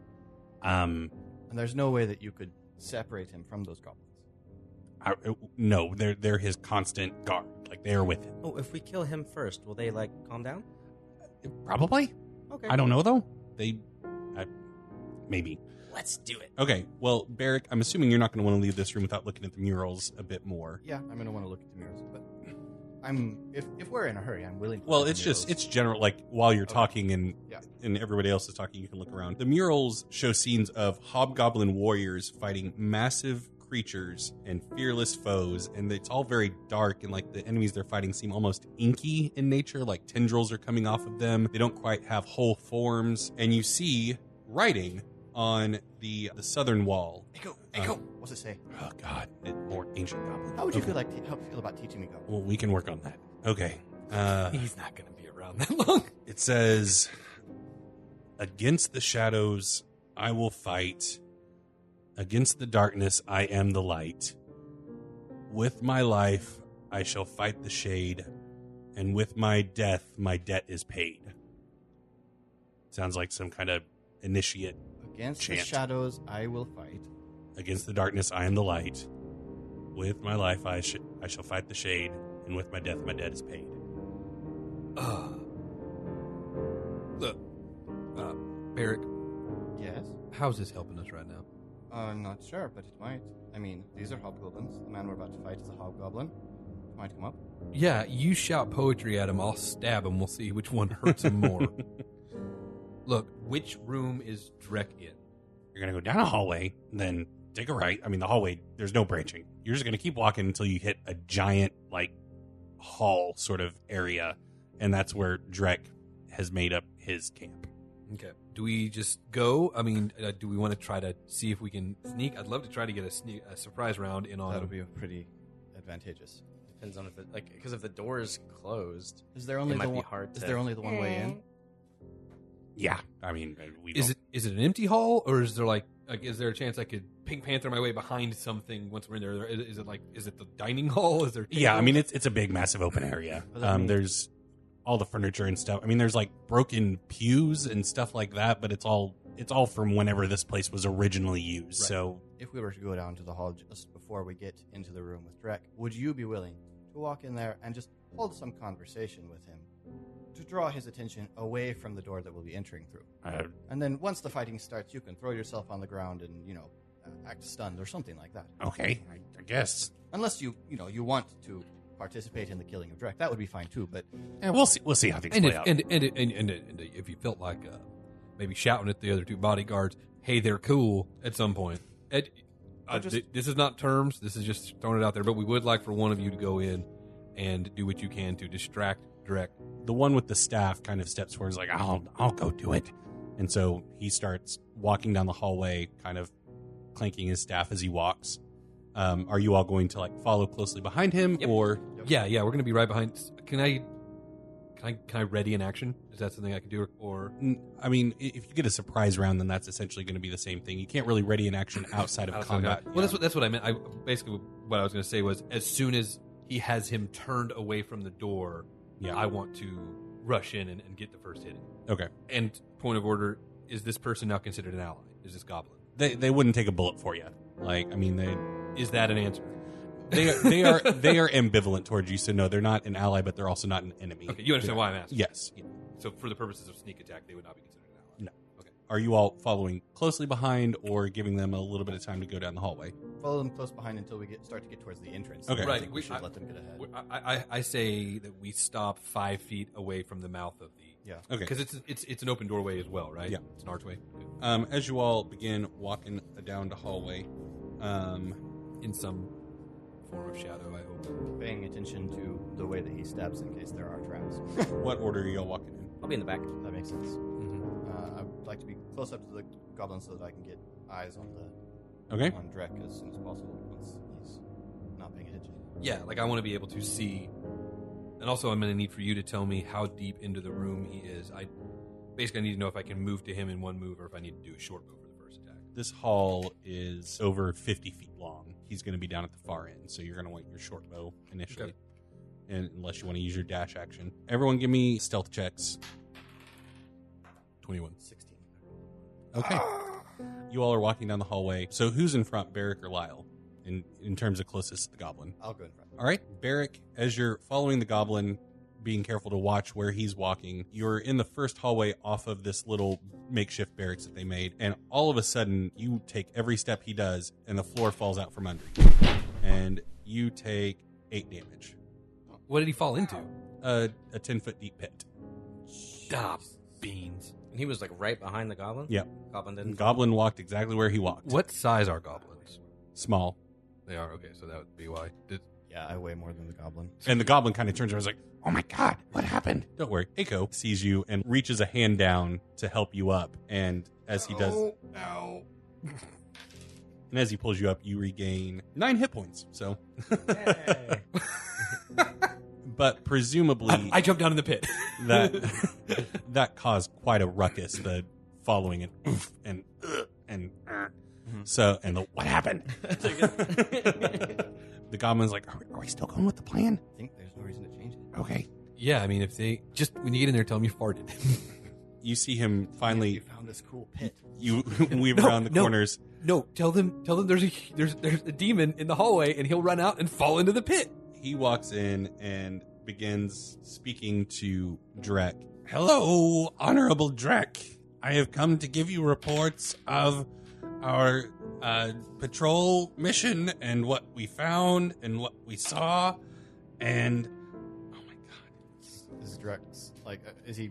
[SPEAKER 1] Um,
[SPEAKER 5] And there's no way that you could separate him from those goblins.
[SPEAKER 1] I, uh, no, they're they're his constant guard. Like they are with him.
[SPEAKER 6] Oh, if we kill him first, will they like calm down?
[SPEAKER 1] Probably.
[SPEAKER 6] Okay.
[SPEAKER 1] I don't know though. They, I, maybe.
[SPEAKER 6] Let's do it.
[SPEAKER 1] Okay. Well, Barrick, I'm assuming you're not going to want to leave this room without looking at the murals a bit more.
[SPEAKER 5] Yeah, I'm gonna want to look at the mirrors, but I'm if if we're in a hurry, I'm willing. to
[SPEAKER 1] Well,
[SPEAKER 5] look at
[SPEAKER 1] it's
[SPEAKER 5] the
[SPEAKER 1] just
[SPEAKER 5] murals.
[SPEAKER 1] it's general. Like while you're
[SPEAKER 5] Okay.
[SPEAKER 1] talking and
[SPEAKER 5] Yeah.
[SPEAKER 1] and everybody else is talking, you can look around. The murals show scenes of hobgoblin warriors fighting massive creatures and fearless foes, and it's all very dark. And like the enemies they're fighting seem almost inky in nature. Like tendrils are coming off of them. They don't quite have whole forms, and you see writing on the the southern wall.
[SPEAKER 5] Echo,
[SPEAKER 1] Echo.
[SPEAKER 5] What's it say?
[SPEAKER 1] Oh God, more ancient goblin.
[SPEAKER 5] How would you
[SPEAKER 1] Okay.
[SPEAKER 5] feel like how feel about teaching me goblin?
[SPEAKER 1] Well, we can work on that. Okay. Uh,
[SPEAKER 4] He's not going to be around that long. (laughs)
[SPEAKER 1] It says, Against the shadows I will fight. Against the darkness I am the light. With my life I shall fight the shade. And with my death my debt is paid. Sounds like some kind of initiate.
[SPEAKER 5] Against the
[SPEAKER 1] Chant.
[SPEAKER 5] shadows, I will fight.
[SPEAKER 1] Against the darkness I am the light. With my life I, sh- I shall fight the shade. And with my death my debt is paid.
[SPEAKER 4] Ugh. uh, How's this helping us right now?
[SPEAKER 5] I'm Uh, not sure, but it might. I mean, these are hobgoblins. The man we're about to fight is a hobgoblin. It might come up.
[SPEAKER 4] Yeah, you shout poetry at him. I'll stab him. We'll see which one hurts him (laughs) more. Look, which room is Drek in?
[SPEAKER 1] You're going to go down a hallway, then take a right. I mean, the hallway, there's no branching. You're just going to keep walking until you hit a giant, like, hall sort of area. And that's where Drek has made up his camp.
[SPEAKER 4] Okay. Do we just go? I mean, uh, do we want to try to see if we can sneak? I'd love to try to get a, sneak, a surprise round in on
[SPEAKER 5] That'll
[SPEAKER 4] him.
[SPEAKER 5] be pretty advantageous.
[SPEAKER 6] Depends on if it, like because if the door is closed,
[SPEAKER 5] Is there
[SPEAKER 6] it
[SPEAKER 5] only
[SPEAKER 6] might
[SPEAKER 5] the
[SPEAKER 6] be
[SPEAKER 5] one?
[SPEAKER 6] hard.
[SPEAKER 5] Is
[SPEAKER 6] to,
[SPEAKER 5] there only the one way in?
[SPEAKER 1] Yeah. I mean, uh, we
[SPEAKER 4] Is
[SPEAKER 1] don't-
[SPEAKER 4] it is it an empty hall or is there like like is there a chance I could Pink Panther my way behind something once we're in there? Is, is it like is it the dining (laughs) hall? Is there
[SPEAKER 1] Yeah, I
[SPEAKER 4] tables?
[SPEAKER 1] mean it's it's a big, massive open area.
[SPEAKER 5] What does that
[SPEAKER 1] Um,
[SPEAKER 5] mean?
[SPEAKER 1] there's all the furniture and stuff. I mean, there's like broken pews and stuff like that, but it's all it's all from whenever this place was originally used.
[SPEAKER 4] Right.
[SPEAKER 1] So
[SPEAKER 5] If we were to go down to the hall just before we get into the room with Drek, would you be willing to walk in there and just hold some conversation with him to draw his attention away from the door that we'll be entering through?
[SPEAKER 1] uh,
[SPEAKER 5] And then once the fighting starts, you can throw yourself on the ground and you know uh, act stunned or something like that.
[SPEAKER 1] okay, I, I guess
[SPEAKER 5] Unless you you know you want to participate in the killing of Drek, that would be fine too. But
[SPEAKER 1] yeah, we'll see. We'll see how things
[SPEAKER 4] and
[SPEAKER 1] play
[SPEAKER 4] if,
[SPEAKER 1] out.
[SPEAKER 4] and, and, and, and, and if you felt like uh, maybe shouting at the other two bodyguards, hey, they're cool at some point. At, I,
[SPEAKER 5] Or just-
[SPEAKER 4] th- this is not terms. This is just throwing it out there. But we would like for one of you to go in and do what you can to distract Drek.
[SPEAKER 1] the one with the staff kind of steps forward, is like, "I'll I'll go do it," and so he starts walking down the hallway, kind of clanking his staff as he walks. Um, are you all going to like follow closely behind him,
[SPEAKER 4] Yep.
[SPEAKER 1] or
[SPEAKER 4] Yeah, yeah, we're gonna be right behind. Can I? Can I? Can I ready an action? Is that something I can do? Or
[SPEAKER 1] N- I mean, i- if you get a surprise round, then that's essentially going to be the same thing. You can't really ready an
[SPEAKER 4] (coughs)
[SPEAKER 1] action outside of combat.
[SPEAKER 4] Well, that's what that's what I meant. I basically what I was gonna say was as soon as he has him turned away from the door,
[SPEAKER 1] Yeah.
[SPEAKER 4] I want to rush in and, and get the first hit. in.
[SPEAKER 1] Okay.
[SPEAKER 4] And point of order: Is this person now considered an ally? Is this goblin?
[SPEAKER 1] They they wouldn't take a bullet for you. Like, I mean, they
[SPEAKER 4] Is that an answer?
[SPEAKER 1] they are, they
[SPEAKER 4] (laughs)
[SPEAKER 1] are they are ambivalent towards you. So no, they're not an ally, but they're also not an enemy.
[SPEAKER 4] Okay, you understand why I'm asking.
[SPEAKER 1] Yes.
[SPEAKER 4] So for the purposes of sneak attack, they would not be considered an ally.
[SPEAKER 1] Are you all following closely behind, or giving them a little bit of time to go down the hallway?
[SPEAKER 5] follow them close behind until we get start to get towards the entrance.
[SPEAKER 1] Okay.
[SPEAKER 5] I
[SPEAKER 4] Right,
[SPEAKER 5] think
[SPEAKER 4] we-
[SPEAKER 5] we should
[SPEAKER 4] I-
[SPEAKER 5] let them get ahead.
[SPEAKER 4] I, I, I say that we stop five feet away from the mouth of the
[SPEAKER 5] Yeah.
[SPEAKER 1] Okay.
[SPEAKER 4] because it's it's it's an open doorway as well, right?
[SPEAKER 1] Yeah.
[SPEAKER 4] it's an archway.
[SPEAKER 1] Um, as you all begin walking down the hallway, um,
[SPEAKER 4] in some form of shadow. I hope.
[SPEAKER 5] Paying attention to the way that he steps in case there are traps.
[SPEAKER 1] what order are you all walking in?
[SPEAKER 6] I'll be in the back.
[SPEAKER 5] That makes sense.
[SPEAKER 1] Mm-hmm.
[SPEAKER 5] Uh, I'd like to be close up to the goblin so that I can get eyes on the
[SPEAKER 1] Okay.
[SPEAKER 5] on Drek as soon as possible once he's not paying attention.
[SPEAKER 4] Yeah, like I want to be able to see, and also I'm going to need for you to tell me how deep into the room he is. I basically I need to know if I can move to him in one move or if I need to do a short move for the first attack.
[SPEAKER 1] This hall is over 50 feet long. He's going to be down at the far end, so you're going to want your short bow initially. And unless you want to use your dash action. Everyone give me stealth checks.
[SPEAKER 4] 21.
[SPEAKER 5] 16.
[SPEAKER 1] Okay. You all are walking down the hallway. So who's in front, Barrick or Lyle? In in terms of closest to the goblin.
[SPEAKER 5] I'll go in front.
[SPEAKER 1] All right, Barrick, as you're following the goblin, being careful to watch where he's walking, you're in the first hallway off of this little makeshift barracks that they made, and all of a sudden you take every step he does, and the floor falls out from under you. And you take eight damage.
[SPEAKER 4] What did he fall into?
[SPEAKER 1] A, a 10 foot deep pit.
[SPEAKER 4] Stop beans.
[SPEAKER 6] And he was like right behind the goblin.
[SPEAKER 1] Yep.
[SPEAKER 6] Goblin
[SPEAKER 1] And
[SPEAKER 6] didn't.
[SPEAKER 1] goblin walked exactly where he walked.
[SPEAKER 4] What size are goblins?
[SPEAKER 1] Small.
[SPEAKER 4] They are okay, so that would be why. Did,
[SPEAKER 5] Yeah, I weigh more than the goblin.
[SPEAKER 1] And the goblin kind of turns around and is like, Oh my God, what happened? Don't worry. Aiko sees you and reaches a hand down to help you up. And as he does,
[SPEAKER 4] Oh,
[SPEAKER 5] Ow.
[SPEAKER 1] (laughs) And as he pulls you up, you regain nine hit points. So,
[SPEAKER 6] Hey.
[SPEAKER 1] (laughs) but presumably
[SPEAKER 4] I, I jumped down in the pit.
[SPEAKER 1] that that caused quite a ruckus. The following and oof and uh, and uh.
[SPEAKER 4] Mm-hmm.
[SPEAKER 5] Mhm.
[SPEAKER 1] so and the what
[SPEAKER 4] (laughs)
[SPEAKER 1] happened? (laughs) the goblin's like, are, we- are we still going with the plan?
[SPEAKER 5] I think there's no reason to change it.
[SPEAKER 1] Okay.
[SPEAKER 4] (laughs) yeah, I mean, if they just when you get in there, tell them you farted. (laughs)
[SPEAKER 1] You see him
[SPEAKER 5] you
[SPEAKER 1] finally.
[SPEAKER 5] found this cool pit.
[SPEAKER 1] You (laughs) weave
[SPEAKER 4] No,
[SPEAKER 1] around the
[SPEAKER 4] no.
[SPEAKER 1] corners.
[SPEAKER 4] no, tell them, tell them there's a there's there's a demon in the hallway, and he'll run out and fall into the pit.
[SPEAKER 1] He walks in and begins speaking to Drek. Hello, Honorable Drek. I have come to give you reports of our uh, patrol mission and what we found and what we saw. And oh my god,
[SPEAKER 5] Is Drex like? uh, Is he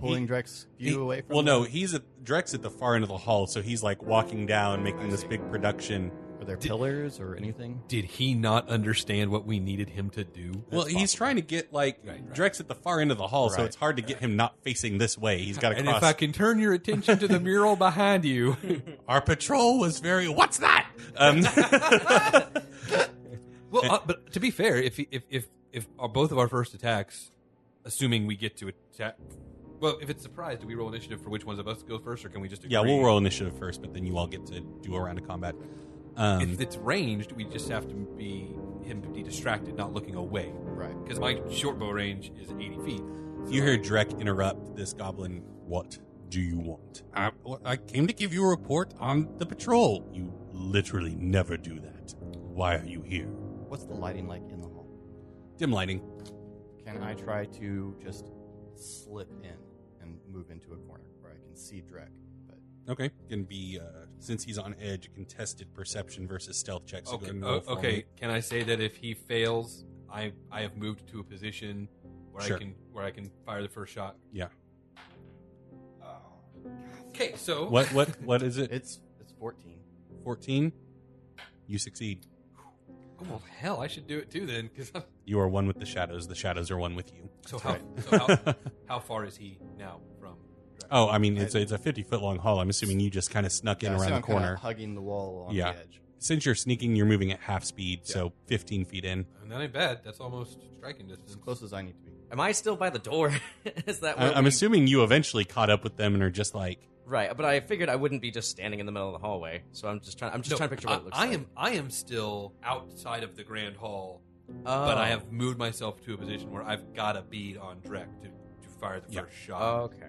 [SPEAKER 5] pulling Drex view
[SPEAKER 1] He-
[SPEAKER 5] away from?
[SPEAKER 1] Well,
[SPEAKER 5] him?
[SPEAKER 1] no, he's at Drex at the far end of the hall, so he's like walking down, making this big production.
[SPEAKER 5] Are there
[SPEAKER 4] Did-
[SPEAKER 5] pillars or anything?
[SPEAKER 4] Did he not understand what we needed him to do?
[SPEAKER 1] well, he's
[SPEAKER 5] possible.
[SPEAKER 1] trying to get like
[SPEAKER 4] Right, right.
[SPEAKER 1] Drex at the far end of the hall, so
[SPEAKER 5] Right.
[SPEAKER 1] it's hard to get him not facing this way. He's got to
[SPEAKER 4] And
[SPEAKER 1] cross.
[SPEAKER 4] if I can turn your attention to the (laughs) mural behind you,
[SPEAKER 1] Our patrol was very. What's that? Um,
[SPEAKER 4] well, uh, but to be fair, if he- if if if our, both of our first attacks, assuming we get to attack, well, if it's surprise, do we roll initiative for which ones of us go first, or can we just?
[SPEAKER 1] (laughs)
[SPEAKER 4] Agree?
[SPEAKER 1] yeah, we'll roll initiative first, but then you all get to do a round of combat. Um,
[SPEAKER 4] If it's ranged, we just have to be him to be distracted, not looking away,
[SPEAKER 5] Right.
[SPEAKER 4] because my short bow range is eighty feet.
[SPEAKER 1] you hear Drek interrupt this goblin. What do you want? I, I came to give you a report on the patrol. You literally never do that. Why are you here?
[SPEAKER 5] What's the lighting like in the hall?
[SPEAKER 1] Dim lighting.
[SPEAKER 5] Can I try to just slip in and move into a corner where I can see Drek? But
[SPEAKER 1] Okay. Can be uh, since he's on edge, contested perception versus stealth check. So
[SPEAKER 4] Okay.
[SPEAKER 1] go ahead and roll
[SPEAKER 4] o-
[SPEAKER 1] for
[SPEAKER 4] okay.
[SPEAKER 1] me.
[SPEAKER 4] Can I say that if he fails, I I have moved to a position where
[SPEAKER 1] Sure.
[SPEAKER 4] I can where I can fire the first shot.
[SPEAKER 1] Yeah.
[SPEAKER 4] Okay. So
[SPEAKER 1] What what what is it?
[SPEAKER 5] it's it's fourteen.
[SPEAKER 1] Fourteen. You succeed.
[SPEAKER 4] Oh well, hell! I should do it too then, because
[SPEAKER 1] You are one with the shadows. The shadows are one with you.
[SPEAKER 4] so
[SPEAKER 5] That's
[SPEAKER 4] how
[SPEAKER 5] right.
[SPEAKER 4] so
[SPEAKER 1] (laughs)
[SPEAKER 4] how, how far is he now from? Drax?
[SPEAKER 1] Oh, I mean, it's a, it's a fifty foot long hall. I'm assuming you just kind of snuck in
[SPEAKER 5] Yeah, so
[SPEAKER 1] around the
[SPEAKER 5] I'm kinda
[SPEAKER 1] corner.
[SPEAKER 5] hugging the wall on
[SPEAKER 1] Yeah.
[SPEAKER 5] the edge.
[SPEAKER 1] Since you're sneaking, you're moving at half speed, so fifteen feet in.
[SPEAKER 4] I mean, that ain't bad. That's almost striking distance.
[SPEAKER 5] As close as I need to be.
[SPEAKER 6] (laughs) Am I still by the door? (laughs) Is that
[SPEAKER 1] I,
[SPEAKER 6] what
[SPEAKER 1] I'm
[SPEAKER 6] we-
[SPEAKER 1] assuming you eventually caught up with them and are just like,
[SPEAKER 6] right? But I figured I wouldn't be just standing in the middle of the hallway, so I'm just trying. I'm just
[SPEAKER 4] No,
[SPEAKER 6] trying to picture what
[SPEAKER 4] I,
[SPEAKER 6] it looks
[SPEAKER 4] I
[SPEAKER 6] like.
[SPEAKER 4] am I am still outside of the grand hall,
[SPEAKER 6] Oh.
[SPEAKER 4] but I have moved myself to a position where I've got a bead on Drek to, to fire the
[SPEAKER 1] Yeah.
[SPEAKER 4] first shot.
[SPEAKER 6] Okay.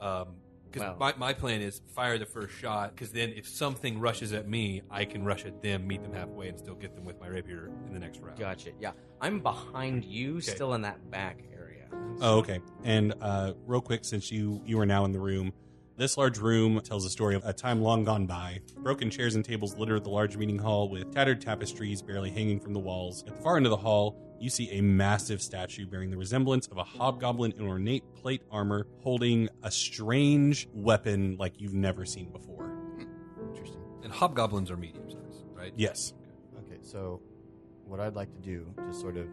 [SPEAKER 4] Um, because
[SPEAKER 6] Wow.
[SPEAKER 4] my, my plan is fire the first shot. Because then, if something rushes at me, I can rush at them, meet them halfway, and still get them with my rapier in the next round.
[SPEAKER 6] Gotcha. Yeah, I'm behind you,
[SPEAKER 4] Okay.
[SPEAKER 6] still in that back area.
[SPEAKER 1] Oh, okay. And uh, real quick, since you you are now in the room, this large room tells a story of a time long gone by. Broken chairs and tables litter the large meeting hall, with tattered tapestries barely hanging from the walls. At the far end of the hall, you see a massive statue bearing the resemblance of a hobgoblin in ornate plate armor, holding a strange weapon like you've never seen before.
[SPEAKER 5] Interesting.
[SPEAKER 4] And hobgoblins are medium sized, right?
[SPEAKER 1] Yes.
[SPEAKER 5] Okay, so what I'd like to do to sort of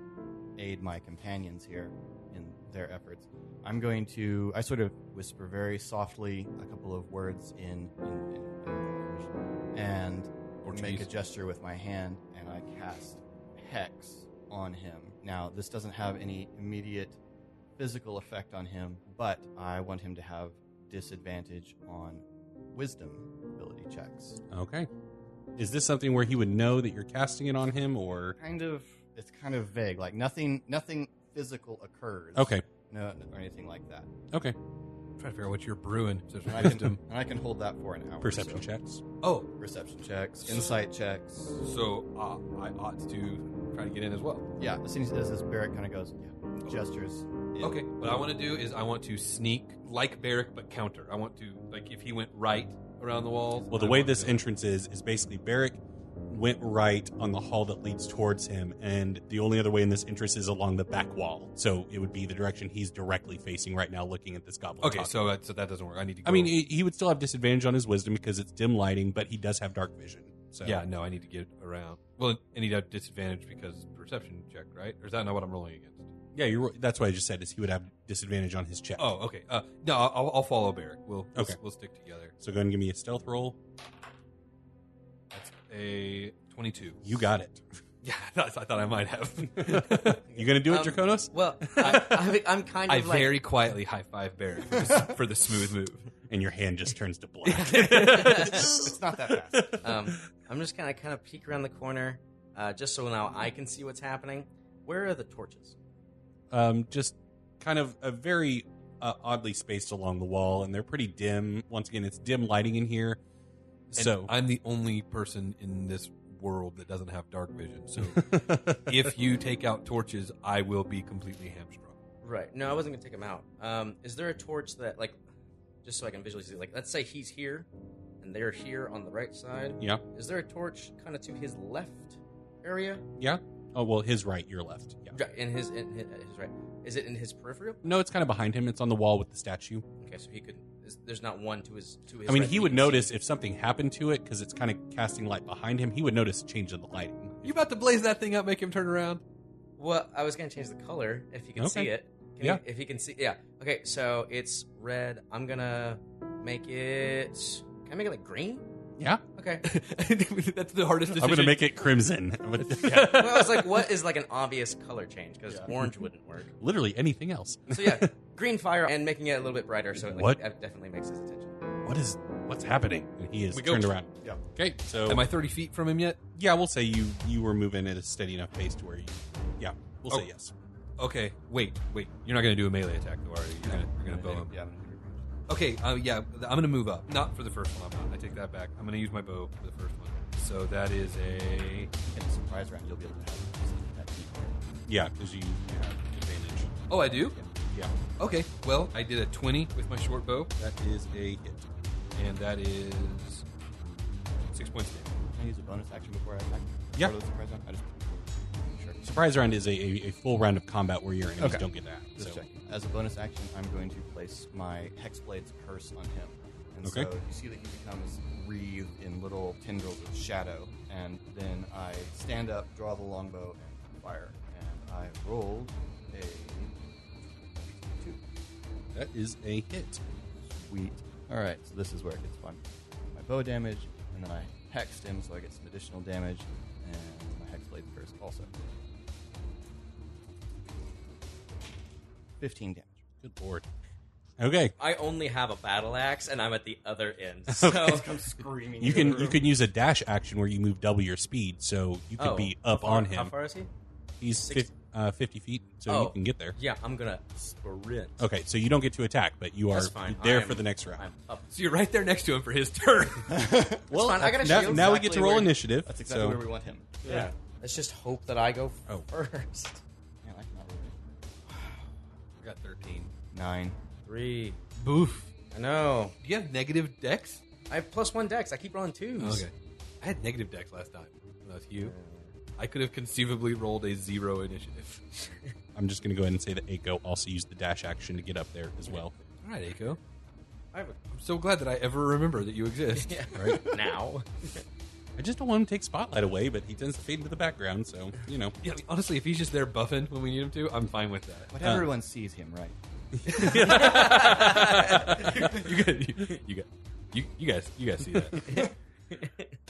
[SPEAKER 5] aid my companions here in their efforts, I'm going to I sort of whisper very softly a couple of words in, in, in, in and make a
[SPEAKER 4] Portuguese.
[SPEAKER 5] gesture with my hand, and I cast hex on him. Now this doesn't have any immediate physical effect on him, but I want him to have disadvantage on wisdom ability checks.
[SPEAKER 1] Okay. Is this something where he would know that you're casting it on him, or
[SPEAKER 5] kind of it's kind of vague like nothing nothing physical occurs
[SPEAKER 1] okay,
[SPEAKER 5] no, no- or anything like that
[SPEAKER 1] okay?
[SPEAKER 4] I'm trying to figure out what you're brewing. if there's
[SPEAKER 5] and
[SPEAKER 4] (laughs)
[SPEAKER 5] I, can,
[SPEAKER 4] wisdom.
[SPEAKER 5] and I can hold that for an hour or
[SPEAKER 1] Perception
[SPEAKER 5] so.
[SPEAKER 1] checks.
[SPEAKER 4] Oh,
[SPEAKER 5] perception checks insight checks
[SPEAKER 4] so uh, I ought to try to get in as well.
[SPEAKER 5] yeah as soon as he does this Barrett kind of goes yeah gestures in.
[SPEAKER 4] Okay. What I want to do is I want to sneak like Barrack, but counter. I want to like if he went right around the walls.
[SPEAKER 1] Well, the
[SPEAKER 4] I
[SPEAKER 1] way
[SPEAKER 4] want
[SPEAKER 1] this
[SPEAKER 4] to-
[SPEAKER 1] entrance is is basically Barrick went right on the hall that leads towards him, and the only other way in this entrance is along the back wall. So it would be the direction he's directly facing right now, looking at this goblin.
[SPEAKER 4] Okay,
[SPEAKER 1] top.
[SPEAKER 4] so that, so that doesn't work. I need to. Go,
[SPEAKER 1] I mean, he he would still have disadvantage on his wisdom because it's dim lighting, but he does have dark vision. So
[SPEAKER 4] yeah, no, I need to get around. Well, and he'd have disadvantage because perception check, right? Or is that not what I'm rolling against?
[SPEAKER 1] yeah, you're. right. That's what I just said is he would have disadvantage on his check.
[SPEAKER 4] Oh, okay. Uh, no, I'll, I'll follow Barrack. We'll, we'll
[SPEAKER 1] Okay.
[SPEAKER 4] we'll stick together.
[SPEAKER 1] So go ahead and give me a stealth roll.
[SPEAKER 4] That's a twenty-two.
[SPEAKER 1] You got (laughs) it.
[SPEAKER 4] (laughs) Yeah, I thought, I thought I
[SPEAKER 1] (laughs)
[SPEAKER 4] might have.
[SPEAKER 1] You gonna do it,
[SPEAKER 6] Um,
[SPEAKER 1] Draconos?
[SPEAKER 6] Well, I, I, I'm kind of
[SPEAKER 4] (laughs) I
[SPEAKER 6] like
[SPEAKER 4] very quietly high five Barrack for, the- for the smooth move.
[SPEAKER 1] And your hand just turns to (laughs) black.
[SPEAKER 5] (laughs) it's not that fast
[SPEAKER 1] (laughs)
[SPEAKER 6] um, I'm just gonna kind of peek around the corner, uh, just so now I can see what's happening. Where are the torches?
[SPEAKER 1] um, just kind of a very uh, oddly spaced along the wall, and they're pretty dim. Once again, it's dim lighting in here.
[SPEAKER 4] And
[SPEAKER 1] so,
[SPEAKER 4] I'm the only person in this world that doesn't have dark vision.
[SPEAKER 1] (laughs)
[SPEAKER 4] So if you take out torches,
[SPEAKER 1] (laughs)
[SPEAKER 4] I will be completely hamstrung. (laughs)
[SPEAKER 6] Right. No, I wasn't gonna take them out. Um, is there a torch that like? just so I can visually see. Like, let's say he's here, and they're here on the right side.
[SPEAKER 1] Yeah.
[SPEAKER 6] Is there a torch kind of to his left area?
[SPEAKER 1] Oh well, his right, your left. Yeah.
[SPEAKER 6] Right, In his in his, his right. Is it in his peripheral?
[SPEAKER 1] No, it's kind of behind him. It's on the wall with the statue.
[SPEAKER 6] Okay, so he could. Is, there's not one to his to his.
[SPEAKER 1] I mean,
[SPEAKER 6] right
[SPEAKER 1] he
[SPEAKER 6] that
[SPEAKER 1] would
[SPEAKER 6] can see.
[SPEAKER 1] notice if something happened to it because it's kind of casting light behind him. He would notice a change in the lighting.
[SPEAKER 4] You about to blaze that thing up, make him turn around?
[SPEAKER 6] Well, I was gonna change the color if you can
[SPEAKER 1] Okay.
[SPEAKER 6] see it. Can
[SPEAKER 1] Yeah.
[SPEAKER 6] you- if you can see, yeah. Okay, so it's red. I'm gonna make it. Can I make it like green?
[SPEAKER 1] Yeah.
[SPEAKER 6] Okay.
[SPEAKER 4] That's the hardest decision.
[SPEAKER 1] I'm gonna make it crimson. (laughs) But-
[SPEAKER 6] well, I was like, what is like an obvious color change? Because orange wouldn't
[SPEAKER 1] (laughs)
[SPEAKER 6] work.
[SPEAKER 1] Literally anything else.
[SPEAKER 6] So yeah, green fire and making it a little bit brighter, so it like,
[SPEAKER 1] What?
[SPEAKER 6] that definitely makes his attention.
[SPEAKER 1] What is? What's happening? And he is
[SPEAKER 6] We go-
[SPEAKER 1] turned around.
[SPEAKER 5] Yeah.
[SPEAKER 1] Okay. So
[SPEAKER 4] Am I 30 feet from him yet?
[SPEAKER 1] yeah, we'll say you you were moving at a steady enough pace to where you. Yeah. We'll
[SPEAKER 4] Oh.
[SPEAKER 1] say yes.
[SPEAKER 4] Okay, wait, wait. You're not going to do a melee attack, though, are you? You're going to bow him.
[SPEAKER 5] Yeah.
[SPEAKER 4] Okay, uh, yeah, I'm going to move up. Not for the first one, I'm not. I take that back. I'm going to use my bow for the first one. So that is a.
[SPEAKER 5] In a surprise round, you'll be able to have that keyboard.
[SPEAKER 1] Yeah, because you have advantage.
[SPEAKER 4] Oh, I do?
[SPEAKER 1] Yeah.
[SPEAKER 4] Okay, well, I did a 20 with my short bow. That is a hit. And that is. Six points. of damage.
[SPEAKER 5] Can I use a bonus action before I attack?
[SPEAKER 1] Yeah.
[SPEAKER 5] Part of the surprise round? I just sure.
[SPEAKER 1] Surprise round is a, a, a full round of combat where your enemies
[SPEAKER 5] Okay.
[SPEAKER 1] don't get that.
[SPEAKER 5] Just
[SPEAKER 1] So
[SPEAKER 5] checking. As a bonus action, I'm going to place my Hexblade's curse on him. And
[SPEAKER 1] Okay.
[SPEAKER 5] so you see that he becomes wreathed in little tendrils of shadow. And then I stand up, draw the longbow, and fire. And I rolled a two.
[SPEAKER 1] that is a hit.
[SPEAKER 5] Sweet. Alright, so this is where it gets fun. My bow damage, and then I hexed him so I get some additional damage, and my Hexblade's curse also. 15 damage.
[SPEAKER 1] Good lord. Okay.
[SPEAKER 6] I only have a battle axe, and I'm at the other end.
[SPEAKER 1] (laughs)
[SPEAKER 6] So
[SPEAKER 5] screaming.
[SPEAKER 1] You can you can use a dash action where you move double your speed, so you could
[SPEAKER 6] Oh,
[SPEAKER 1] be up
[SPEAKER 6] how far-
[SPEAKER 1] on
[SPEAKER 6] How
[SPEAKER 1] him.
[SPEAKER 6] far is he?
[SPEAKER 1] He's
[SPEAKER 6] Six-
[SPEAKER 1] fif- uh, fifty feet, so
[SPEAKER 6] Oh.
[SPEAKER 1] you can get there.
[SPEAKER 6] Yeah, I'm gonna sprint.
[SPEAKER 1] Okay, so you don't get to attack, but you are
[SPEAKER 6] That's fine.
[SPEAKER 1] there
[SPEAKER 6] I am-
[SPEAKER 1] for the next round.
[SPEAKER 6] I'm up.
[SPEAKER 4] So you're right there next to him for his (laughs) turn.
[SPEAKER 6] Well, fine. I got a
[SPEAKER 1] now,
[SPEAKER 6] shield.
[SPEAKER 1] now we get to
[SPEAKER 5] exactly
[SPEAKER 1] roll
[SPEAKER 5] where-
[SPEAKER 1] initiative.
[SPEAKER 5] That's exactly
[SPEAKER 1] so
[SPEAKER 5] where we want him.
[SPEAKER 6] Yeah. Let's just hope that I go
[SPEAKER 1] Oh.
[SPEAKER 6] first.
[SPEAKER 5] Man, I cannot roll.
[SPEAKER 4] I (laughs) got 13.
[SPEAKER 5] Nine.
[SPEAKER 6] Three.
[SPEAKER 4] Boof.
[SPEAKER 6] I know.
[SPEAKER 4] Do you have negative decks?
[SPEAKER 6] I have plus one dex. I keep rolling twos.
[SPEAKER 4] Okay. I had negative decks last time. When I was you. I could have conceivably rolled a zero initiative.
[SPEAKER 1] I'm just going to go ahead and say that Aiko also used the dash action to get up there as well.
[SPEAKER 4] All right, Aiko.
[SPEAKER 6] I have
[SPEAKER 4] I'm so glad that I ever remember that you exist.
[SPEAKER 6] Yeah.
[SPEAKER 1] All right.
[SPEAKER 6] a (laughs) now.
[SPEAKER 1] I just don't want him to take spotlight away, but he tends to fade into the background, so you know.
[SPEAKER 4] Yeah, I mean, honestly, if he's just there buffing when we need him to, I'm fine with that.
[SPEAKER 5] But
[SPEAKER 1] Uh.
[SPEAKER 5] everyone sees him, right?
[SPEAKER 4] (laughs) you, guys, you, you guys, you, you guys, you guys see that?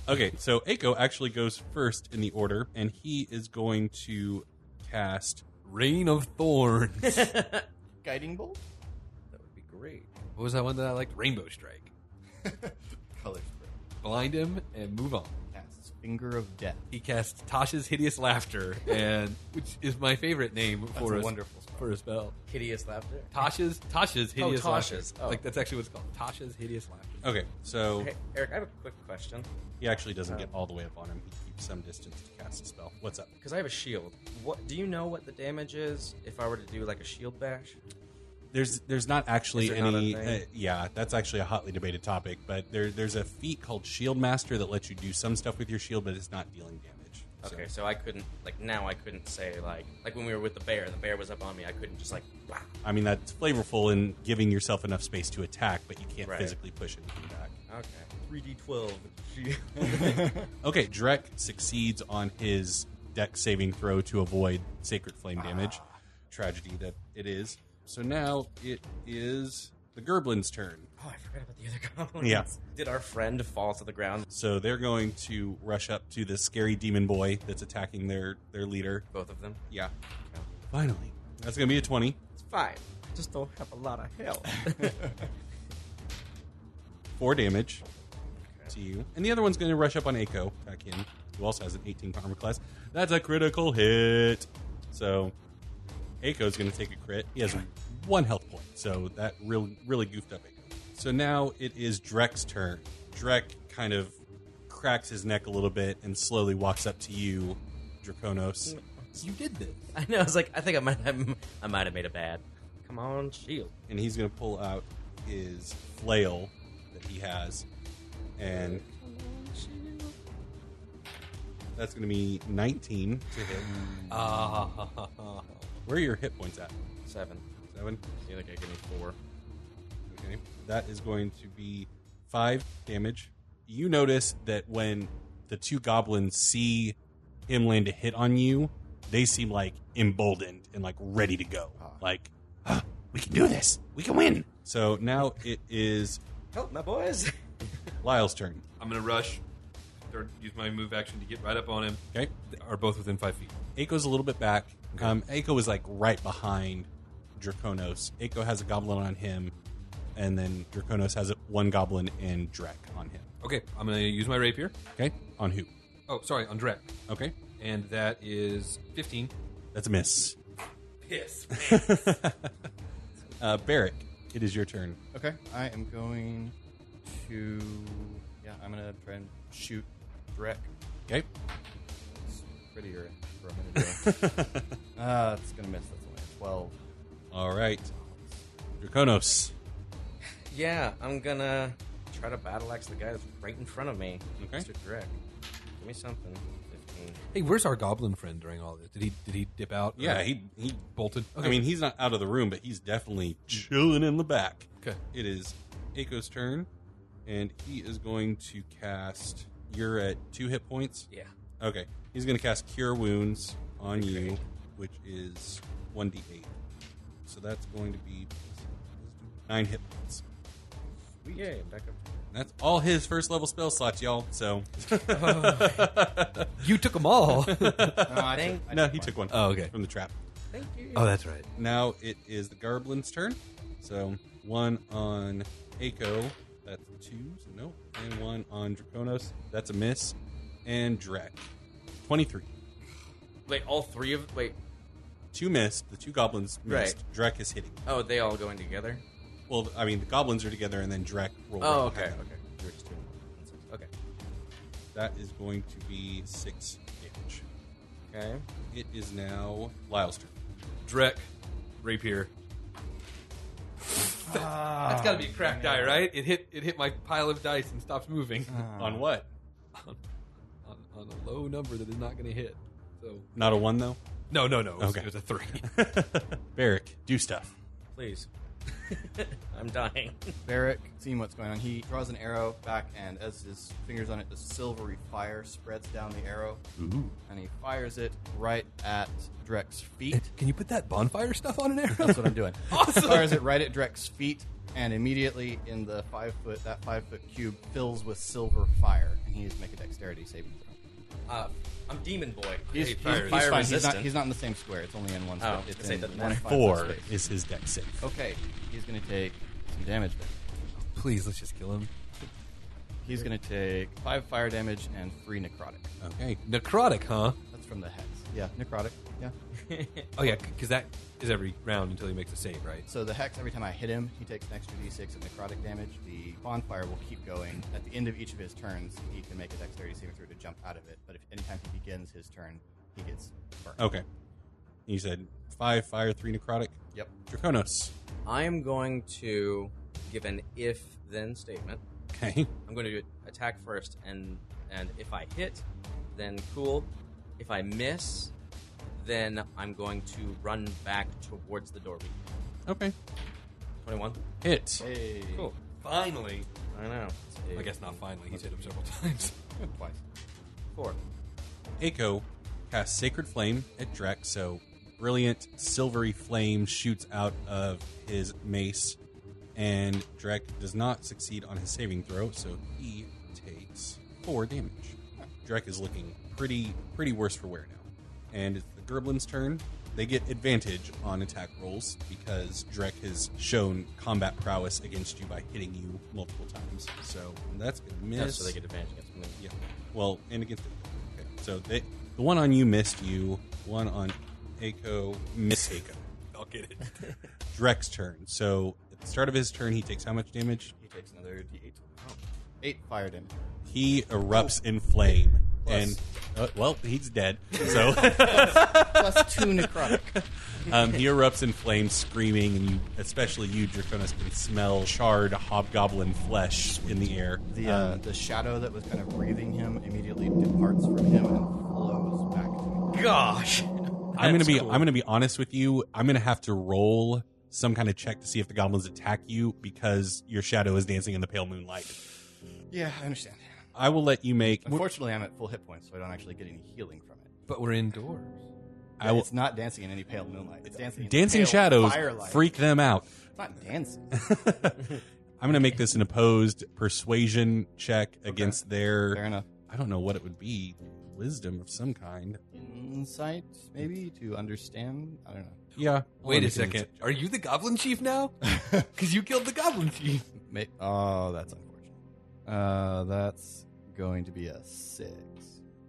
[SPEAKER 1] Okay, so Aiko actually goes first in the order, and he is going to cast.
[SPEAKER 4] Rain of Thorns. what
[SPEAKER 5] Guiding bolt? (laughs)
[SPEAKER 6] That would be great.
[SPEAKER 4] was that one that I liked? Rainbow Strike.
[SPEAKER 5] Color spray.
[SPEAKER 4] Blind him and move on.
[SPEAKER 5] Casts Finger of Death.
[SPEAKER 4] He casts Tasha's Hideous Laughter, and which is my favorite name for
[SPEAKER 5] a
[SPEAKER 4] a s-
[SPEAKER 5] wonderful spell.
[SPEAKER 4] for a spell.
[SPEAKER 6] Hideous laughter.
[SPEAKER 4] Tasha's Tasha's Hideous
[SPEAKER 6] Tasha's.
[SPEAKER 4] Laughter.
[SPEAKER 6] Oh.
[SPEAKER 4] Like that's actually what it's called. Tasha's Hideous Laughter.
[SPEAKER 1] Okay, Uh, so
[SPEAKER 6] Hey, Eric, I have a quick question.
[SPEAKER 1] he actually doesn't get all the way up on him. He keeps some distance to cast a spell. What's up?
[SPEAKER 6] Because I have a shield. What do you know what the damage is if I were to do like a shield bash?
[SPEAKER 1] There's there's not actually
[SPEAKER 6] Is there not
[SPEAKER 1] any.
[SPEAKER 6] a thing?
[SPEAKER 1] uh, yeah, that's actually a hotly debated topic, but there there's a feat called Shield Master that lets you do some stuff with your shield, but it's not dealing damage. So-
[SPEAKER 6] Okay, so I couldn't like now I couldn't say like like when we were with the bear, the bear was up on me, I couldn't just like bah.
[SPEAKER 1] I mean, that's flavorful in giving yourself enough space to attack, but you can't
[SPEAKER 6] Right.
[SPEAKER 1] physically push anything back.
[SPEAKER 6] Okay. Three D twelve.
[SPEAKER 1] (laughs)
[SPEAKER 6] (laughs) Oh,
[SPEAKER 1] Okay, Drek succeeds on his deck saving throw to avoid sacred flame damage. Tragedy that it is. So now it is the Gerblin's turn.
[SPEAKER 6] Oh, I forgot about the other goblins.
[SPEAKER 1] Yeah.
[SPEAKER 6] Did our friend fall to the ground?
[SPEAKER 1] So they're going to rush up to this scary demon boy that's attacking their their leader.
[SPEAKER 6] Both of them.
[SPEAKER 1] Yeah. Finally. That's going to be a 20.
[SPEAKER 6] It's fine. I just don't have a lot of health.
[SPEAKER 1] 4 damage to you. And the other one's going to rush up on Aiko, back in, who also has an 18 armor class. That's a critical hit. So Aiko's going to take a crit. He has one health point, so that really, really goofed up Aiko. So now it is Drek's turn. Drek kind of cracks his neck a little bit and slowly walks up to you, Draconos.
[SPEAKER 4] You did this.
[SPEAKER 6] (laughs) I know. I was like, I think I might have, I might have made a bad. Come on, shield.
[SPEAKER 1] and he's going to pull out his flail that he has, and that's going to be 19 to hit.
[SPEAKER 4] Ah.
[SPEAKER 1] Where are your hit points at?
[SPEAKER 6] Seven.
[SPEAKER 1] Seven.
[SPEAKER 6] You think I give me four?
[SPEAKER 1] Okay. That is going to be five damage. You notice that when the two goblins see him land a hit on you, they seem like emboldened and like ready to go.
[SPEAKER 5] Ah.
[SPEAKER 1] Like, "Ah, we can do this. We can win. So now it is
[SPEAKER 6] Help my boys. (laughs)
[SPEAKER 1] Lyle's turn.
[SPEAKER 4] I'm gonna rush. Or use my move action to get right up on him.
[SPEAKER 1] Okay.
[SPEAKER 4] They are both within five feet.
[SPEAKER 1] Aiko's a little bit back. Um, Aiko is like right behind Draconos. Aiko has a goblin on him, and then Draconos has one goblin and Drek on him.
[SPEAKER 4] Okay, I'm gonna use my rapier.
[SPEAKER 1] Okay. On who?
[SPEAKER 4] Oh, sorry, on Drek.
[SPEAKER 1] Okay.
[SPEAKER 4] And that is 15.
[SPEAKER 1] That's a (laughs) miss.
[SPEAKER 4] Piss.
[SPEAKER 1] Uh, Barrick, it is your turn.
[SPEAKER 5] Okay, I am going to. Yeah, I'm gonna try and shoot Drek.
[SPEAKER 1] Okay.
[SPEAKER 5] It's prettier for a (laughs) minute. ago. uh, it's gonna miss. That's only a twelve.
[SPEAKER 1] (laughs) All right. Draconos.
[SPEAKER 6] Yeah, I'm gonna try to battle axe the guy that's right in front of me.
[SPEAKER 1] Okay.
[SPEAKER 6] Mr. Drek. Give me something. Fifteen.
[SPEAKER 4] (laughs) hey, where's our goblin friend during all this? Did he did he dip out?
[SPEAKER 1] Yeah,
[SPEAKER 4] Or
[SPEAKER 1] he, he.
[SPEAKER 4] bolted.
[SPEAKER 1] I mean, he's not out of the room, but he's definitely chilling in the back.
[SPEAKER 4] okay.
[SPEAKER 1] It is Aiko's turn, and he is going to cast. You're at two hit points.
[SPEAKER 6] Yeah.
[SPEAKER 1] Okay. He's going to cast Cure Wounds on you, which is 1d8. So that's going to be nine hit points.
[SPEAKER 6] Yay, I'm back up.
[SPEAKER 1] That's all his first level spell slots, y'all.
[SPEAKER 4] (laughs)
[SPEAKER 1] So
[SPEAKER 4] You took them (laughs) all.
[SPEAKER 5] No, I
[SPEAKER 6] Thank-
[SPEAKER 5] took-
[SPEAKER 1] (laughs)
[SPEAKER 5] I
[SPEAKER 1] no, he
[SPEAKER 5] mine.
[SPEAKER 1] took one.
[SPEAKER 4] Oh, okay.
[SPEAKER 1] From the trap.
[SPEAKER 6] Thank you.
[SPEAKER 4] oh, that's right.
[SPEAKER 1] Now it is the Garblin's turn. So one on Aiko. That's two. So no. And one on Draconos. That's a miss. And Drek. 23.
[SPEAKER 6] Wait, all three of wait.
[SPEAKER 1] Two missed. The two goblins missed. Drek is hitting.
[SPEAKER 6] Oh, they all going together.
[SPEAKER 1] Well, I mean, the goblins are together, and then Drek rolled.
[SPEAKER 6] Oh,
[SPEAKER 1] right
[SPEAKER 6] okay,
[SPEAKER 1] behind
[SPEAKER 6] okay.
[SPEAKER 1] them.
[SPEAKER 6] You were just doing one, six. Okay.
[SPEAKER 1] That is going to be six damage.
[SPEAKER 6] Okay.
[SPEAKER 1] It is now Lyle's turn.
[SPEAKER 4] Drek, rapier.
[SPEAKER 5] Ah.
[SPEAKER 4] That's got to be a crack
[SPEAKER 6] Ah.
[SPEAKER 4] die, right? It hit it hit my pile of dice and stopped moving
[SPEAKER 5] Ah.
[SPEAKER 1] On what?
[SPEAKER 4] on, on a low number that is not going to hit. So
[SPEAKER 1] Not a one, though?
[SPEAKER 4] no, no, no. It was,
[SPEAKER 1] Okay.
[SPEAKER 4] it was a three.
[SPEAKER 1] Barrick, do stuff.
[SPEAKER 6] (laughs) Please. I'm dying.
[SPEAKER 5] Barrick, seeing what's going on, he draws an arrow back, and as his fingers on it, the silvery fire spreads down the arrow, and he fires it right at Drek's feet.
[SPEAKER 4] (laughs) Can you put that bonfire stuff on an arrow?
[SPEAKER 5] That's what I'm doing. awesome. Fires it right at Drek's feet, and immediately in the five foot that five foot cube fills with silver fire, and he needs to make a dexterity saving throw.
[SPEAKER 6] Uh, I'm demon boy.
[SPEAKER 5] He's,
[SPEAKER 4] Hey,
[SPEAKER 5] he's-
[SPEAKER 4] fire-
[SPEAKER 5] he's
[SPEAKER 4] fire
[SPEAKER 5] fine. He's not,
[SPEAKER 6] resistant.
[SPEAKER 5] he's not in the same square. It's only in one.
[SPEAKER 6] Oh,
[SPEAKER 5] space.
[SPEAKER 6] I
[SPEAKER 5] It's
[SPEAKER 6] say
[SPEAKER 5] in
[SPEAKER 6] it doesn't
[SPEAKER 5] one
[SPEAKER 6] matter.
[SPEAKER 5] five foot
[SPEAKER 1] Four
[SPEAKER 5] space.
[SPEAKER 1] is his deck save.
[SPEAKER 5] Okay, he's gonna take some damage. Then.
[SPEAKER 4] (laughs) Please, let's just kill him.
[SPEAKER 5] He's gonna take five fire damage and three necrotic.
[SPEAKER 1] Okay.
[SPEAKER 4] Necrotic, huh?
[SPEAKER 5] That's from the hex. Yeah, necrotic. Yeah.
[SPEAKER 4] Oh yeah, because that is every round until he makes a save, right?
[SPEAKER 5] So the hex, every time I hit him, he takes an extra d6 of necrotic damage. The bonfire will keep going. At the end of each of his turns, he can make a dexterity saving throw to jump out of it. But if anytime he begins his turn, he gets burnt.
[SPEAKER 1] Okay. You said five fire, three necrotic.
[SPEAKER 5] Yep.
[SPEAKER 1] Draconos.
[SPEAKER 6] I am going to give an if then statement.
[SPEAKER 1] Okay.
[SPEAKER 6] I'm going to do attack first, and and if I hit, then cool. If I miss, then I'm going to run back towards the doorway.
[SPEAKER 1] Okay.
[SPEAKER 6] Twenty-one.
[SPEAKER 1] Hit.
[SPEAKER 5] Hey.
[SPEAKER 4] Cool. Finally,
[SPEAKER 6] I know.
[SPEAKER 4] I guess not. Finally, he's hit him several (laughs) times.
[SPEAKER 5] Twice.
[SPEAKER 6] Four.
[SPEAKER 1] Aiko casts Sacred Flame at Drek, so brilliant silvery flame shoots out of his mace, and Drek does not succeed on his saving throw, so he takes four damage. Drek is looking pretty pretty worse for wear now. And it's the Gerblin's turn. They get advantage on attack rolls because Drek has shown combat prowess against you by hitting you multiple times. So that's gonna miss.
[SPEAKER 6] Yes. So they get advantage against me.
[SPEAKER 1] Yeah. Well, and against it. Okay. So they, the one on you missed you. One on Aiko missed Aiko.
[SPEAKER 4] I'll get
[SPEAKER 5] (laughs)
[SPEAKER 4] it.
[SPEAKER 1] Drek's turn. So at the start of his turn, he takes how much damage?
[SPEAKER 5] He takes Oh. another d8. Eight fire damage.
[SPEAKER 1] He erupts in flame
[SPEAKER 5] Plus
[SPEAKER 1] and Uh, well, he's dead.
[SPEAKER 5] (laughs)
[SPEAKER 1] So
[SPEAKER 5] Plus two
[SPEAKER 1] (laughs)
[SPEAKER 5] necrotic.
[SPEAKER 1] um, he erupts in flames, screaming, and you, especially you, Draconis, can smell charred hobgoblin flesh in the air.
[SPEAKER 5] The uh, the shadow that was kind of breathing him immediately departs from him and flows back to me.
[SPEAKER 6] Gosh.
[SPEAKER 1] I'm gonna
[SPEAKER 6] That's
[SPEAKER 1] be
[SPEAKER 6] cool.
[SPEAKER 1] I'm gonna be honest with you. I'm gonna have to roll some kind of check to see if the goblins attack you because your shadow is dancing in the pale moonlight.
[SPEAKER 5] Yeah, I understand.
[SPEAKER 1] I will let you make.
[SPEAKER 5] Unfortunately, I'm at full hit points, so I don't actually get any healing from it.
[SPEAKER 4] But we're indoors.
[SPEAKER 1] I will,
[SPEAKER 5] It's not dancing in any pale moonlight. It's dancing. In
[SPEAKER 1] dancing
[SPEAKER 5] pale
[SPEAKER 1] shadows
[SPEAKER 5] firelight.
[SPEAKER 1] freak them
[SPEAKER 5] (laughs)
[SPEAKER 1] out.
[SPEAKER 5] It's not dancing.
[SPEAKER 1] I'm gonna make this an opposed persuasion check against their.
[SPEAKER 5] Fair enough.
[SPEAKER 1] I don't know what it would be. Wisdom of some kind.
[SPEAKER 5] Insight, maybe to understand. I don't know.
[SPEAKER 1] Yeah.
[SPEAKER 4] Wait a
[SPEAKER 1] Let me do
[SPEAKER 4] second. Are you the goblin chief now? (laughs)
[SPEAKER 5] (laughs)
[SPEAKER 4] Because you killed the goblin chief.
[SPEAKER 5] May- oh, that's unfortunate. Uh, that's going to be a six.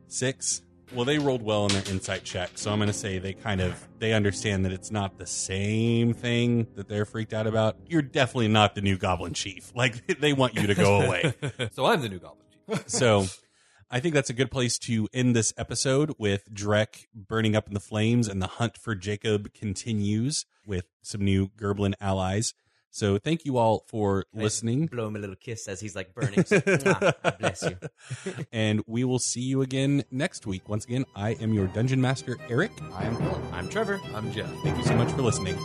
[SPEAKER 1] Six. Well, they rolled well in their insight check, so I'm going to say they kind of they understand that it's not the same thing that they're freaked out about. You're definitely not the new Goblin Chief. (laughs) Like they want you to
[SPEAKER 4] (laughs)
[SPEAKER 1] go away.
[SPEAKER 4] so I'm the new goblin chief.
[SPEAKER 1] so, I think that's a good place to end this episode with Drek burning up in the flames, and the hunt for Jacob continues with some new Gerblin allies. So, thank you all for listening.
[SPEAKER 6] Blow him a little kiss as he's like (laughs) burning. Just, "Mwah, I Ah, bless you.
[SPEAKER 1] (laughs) and we will see you again next week. Once again, I am your dungeon master, Eric.
[SPEAKER 5] I am Philip.
[SPEAKER 6] I'm Trevor.
[SPEAKER 4] I'm Jeff.
[SPEAKER 1] Thank you so much for listening.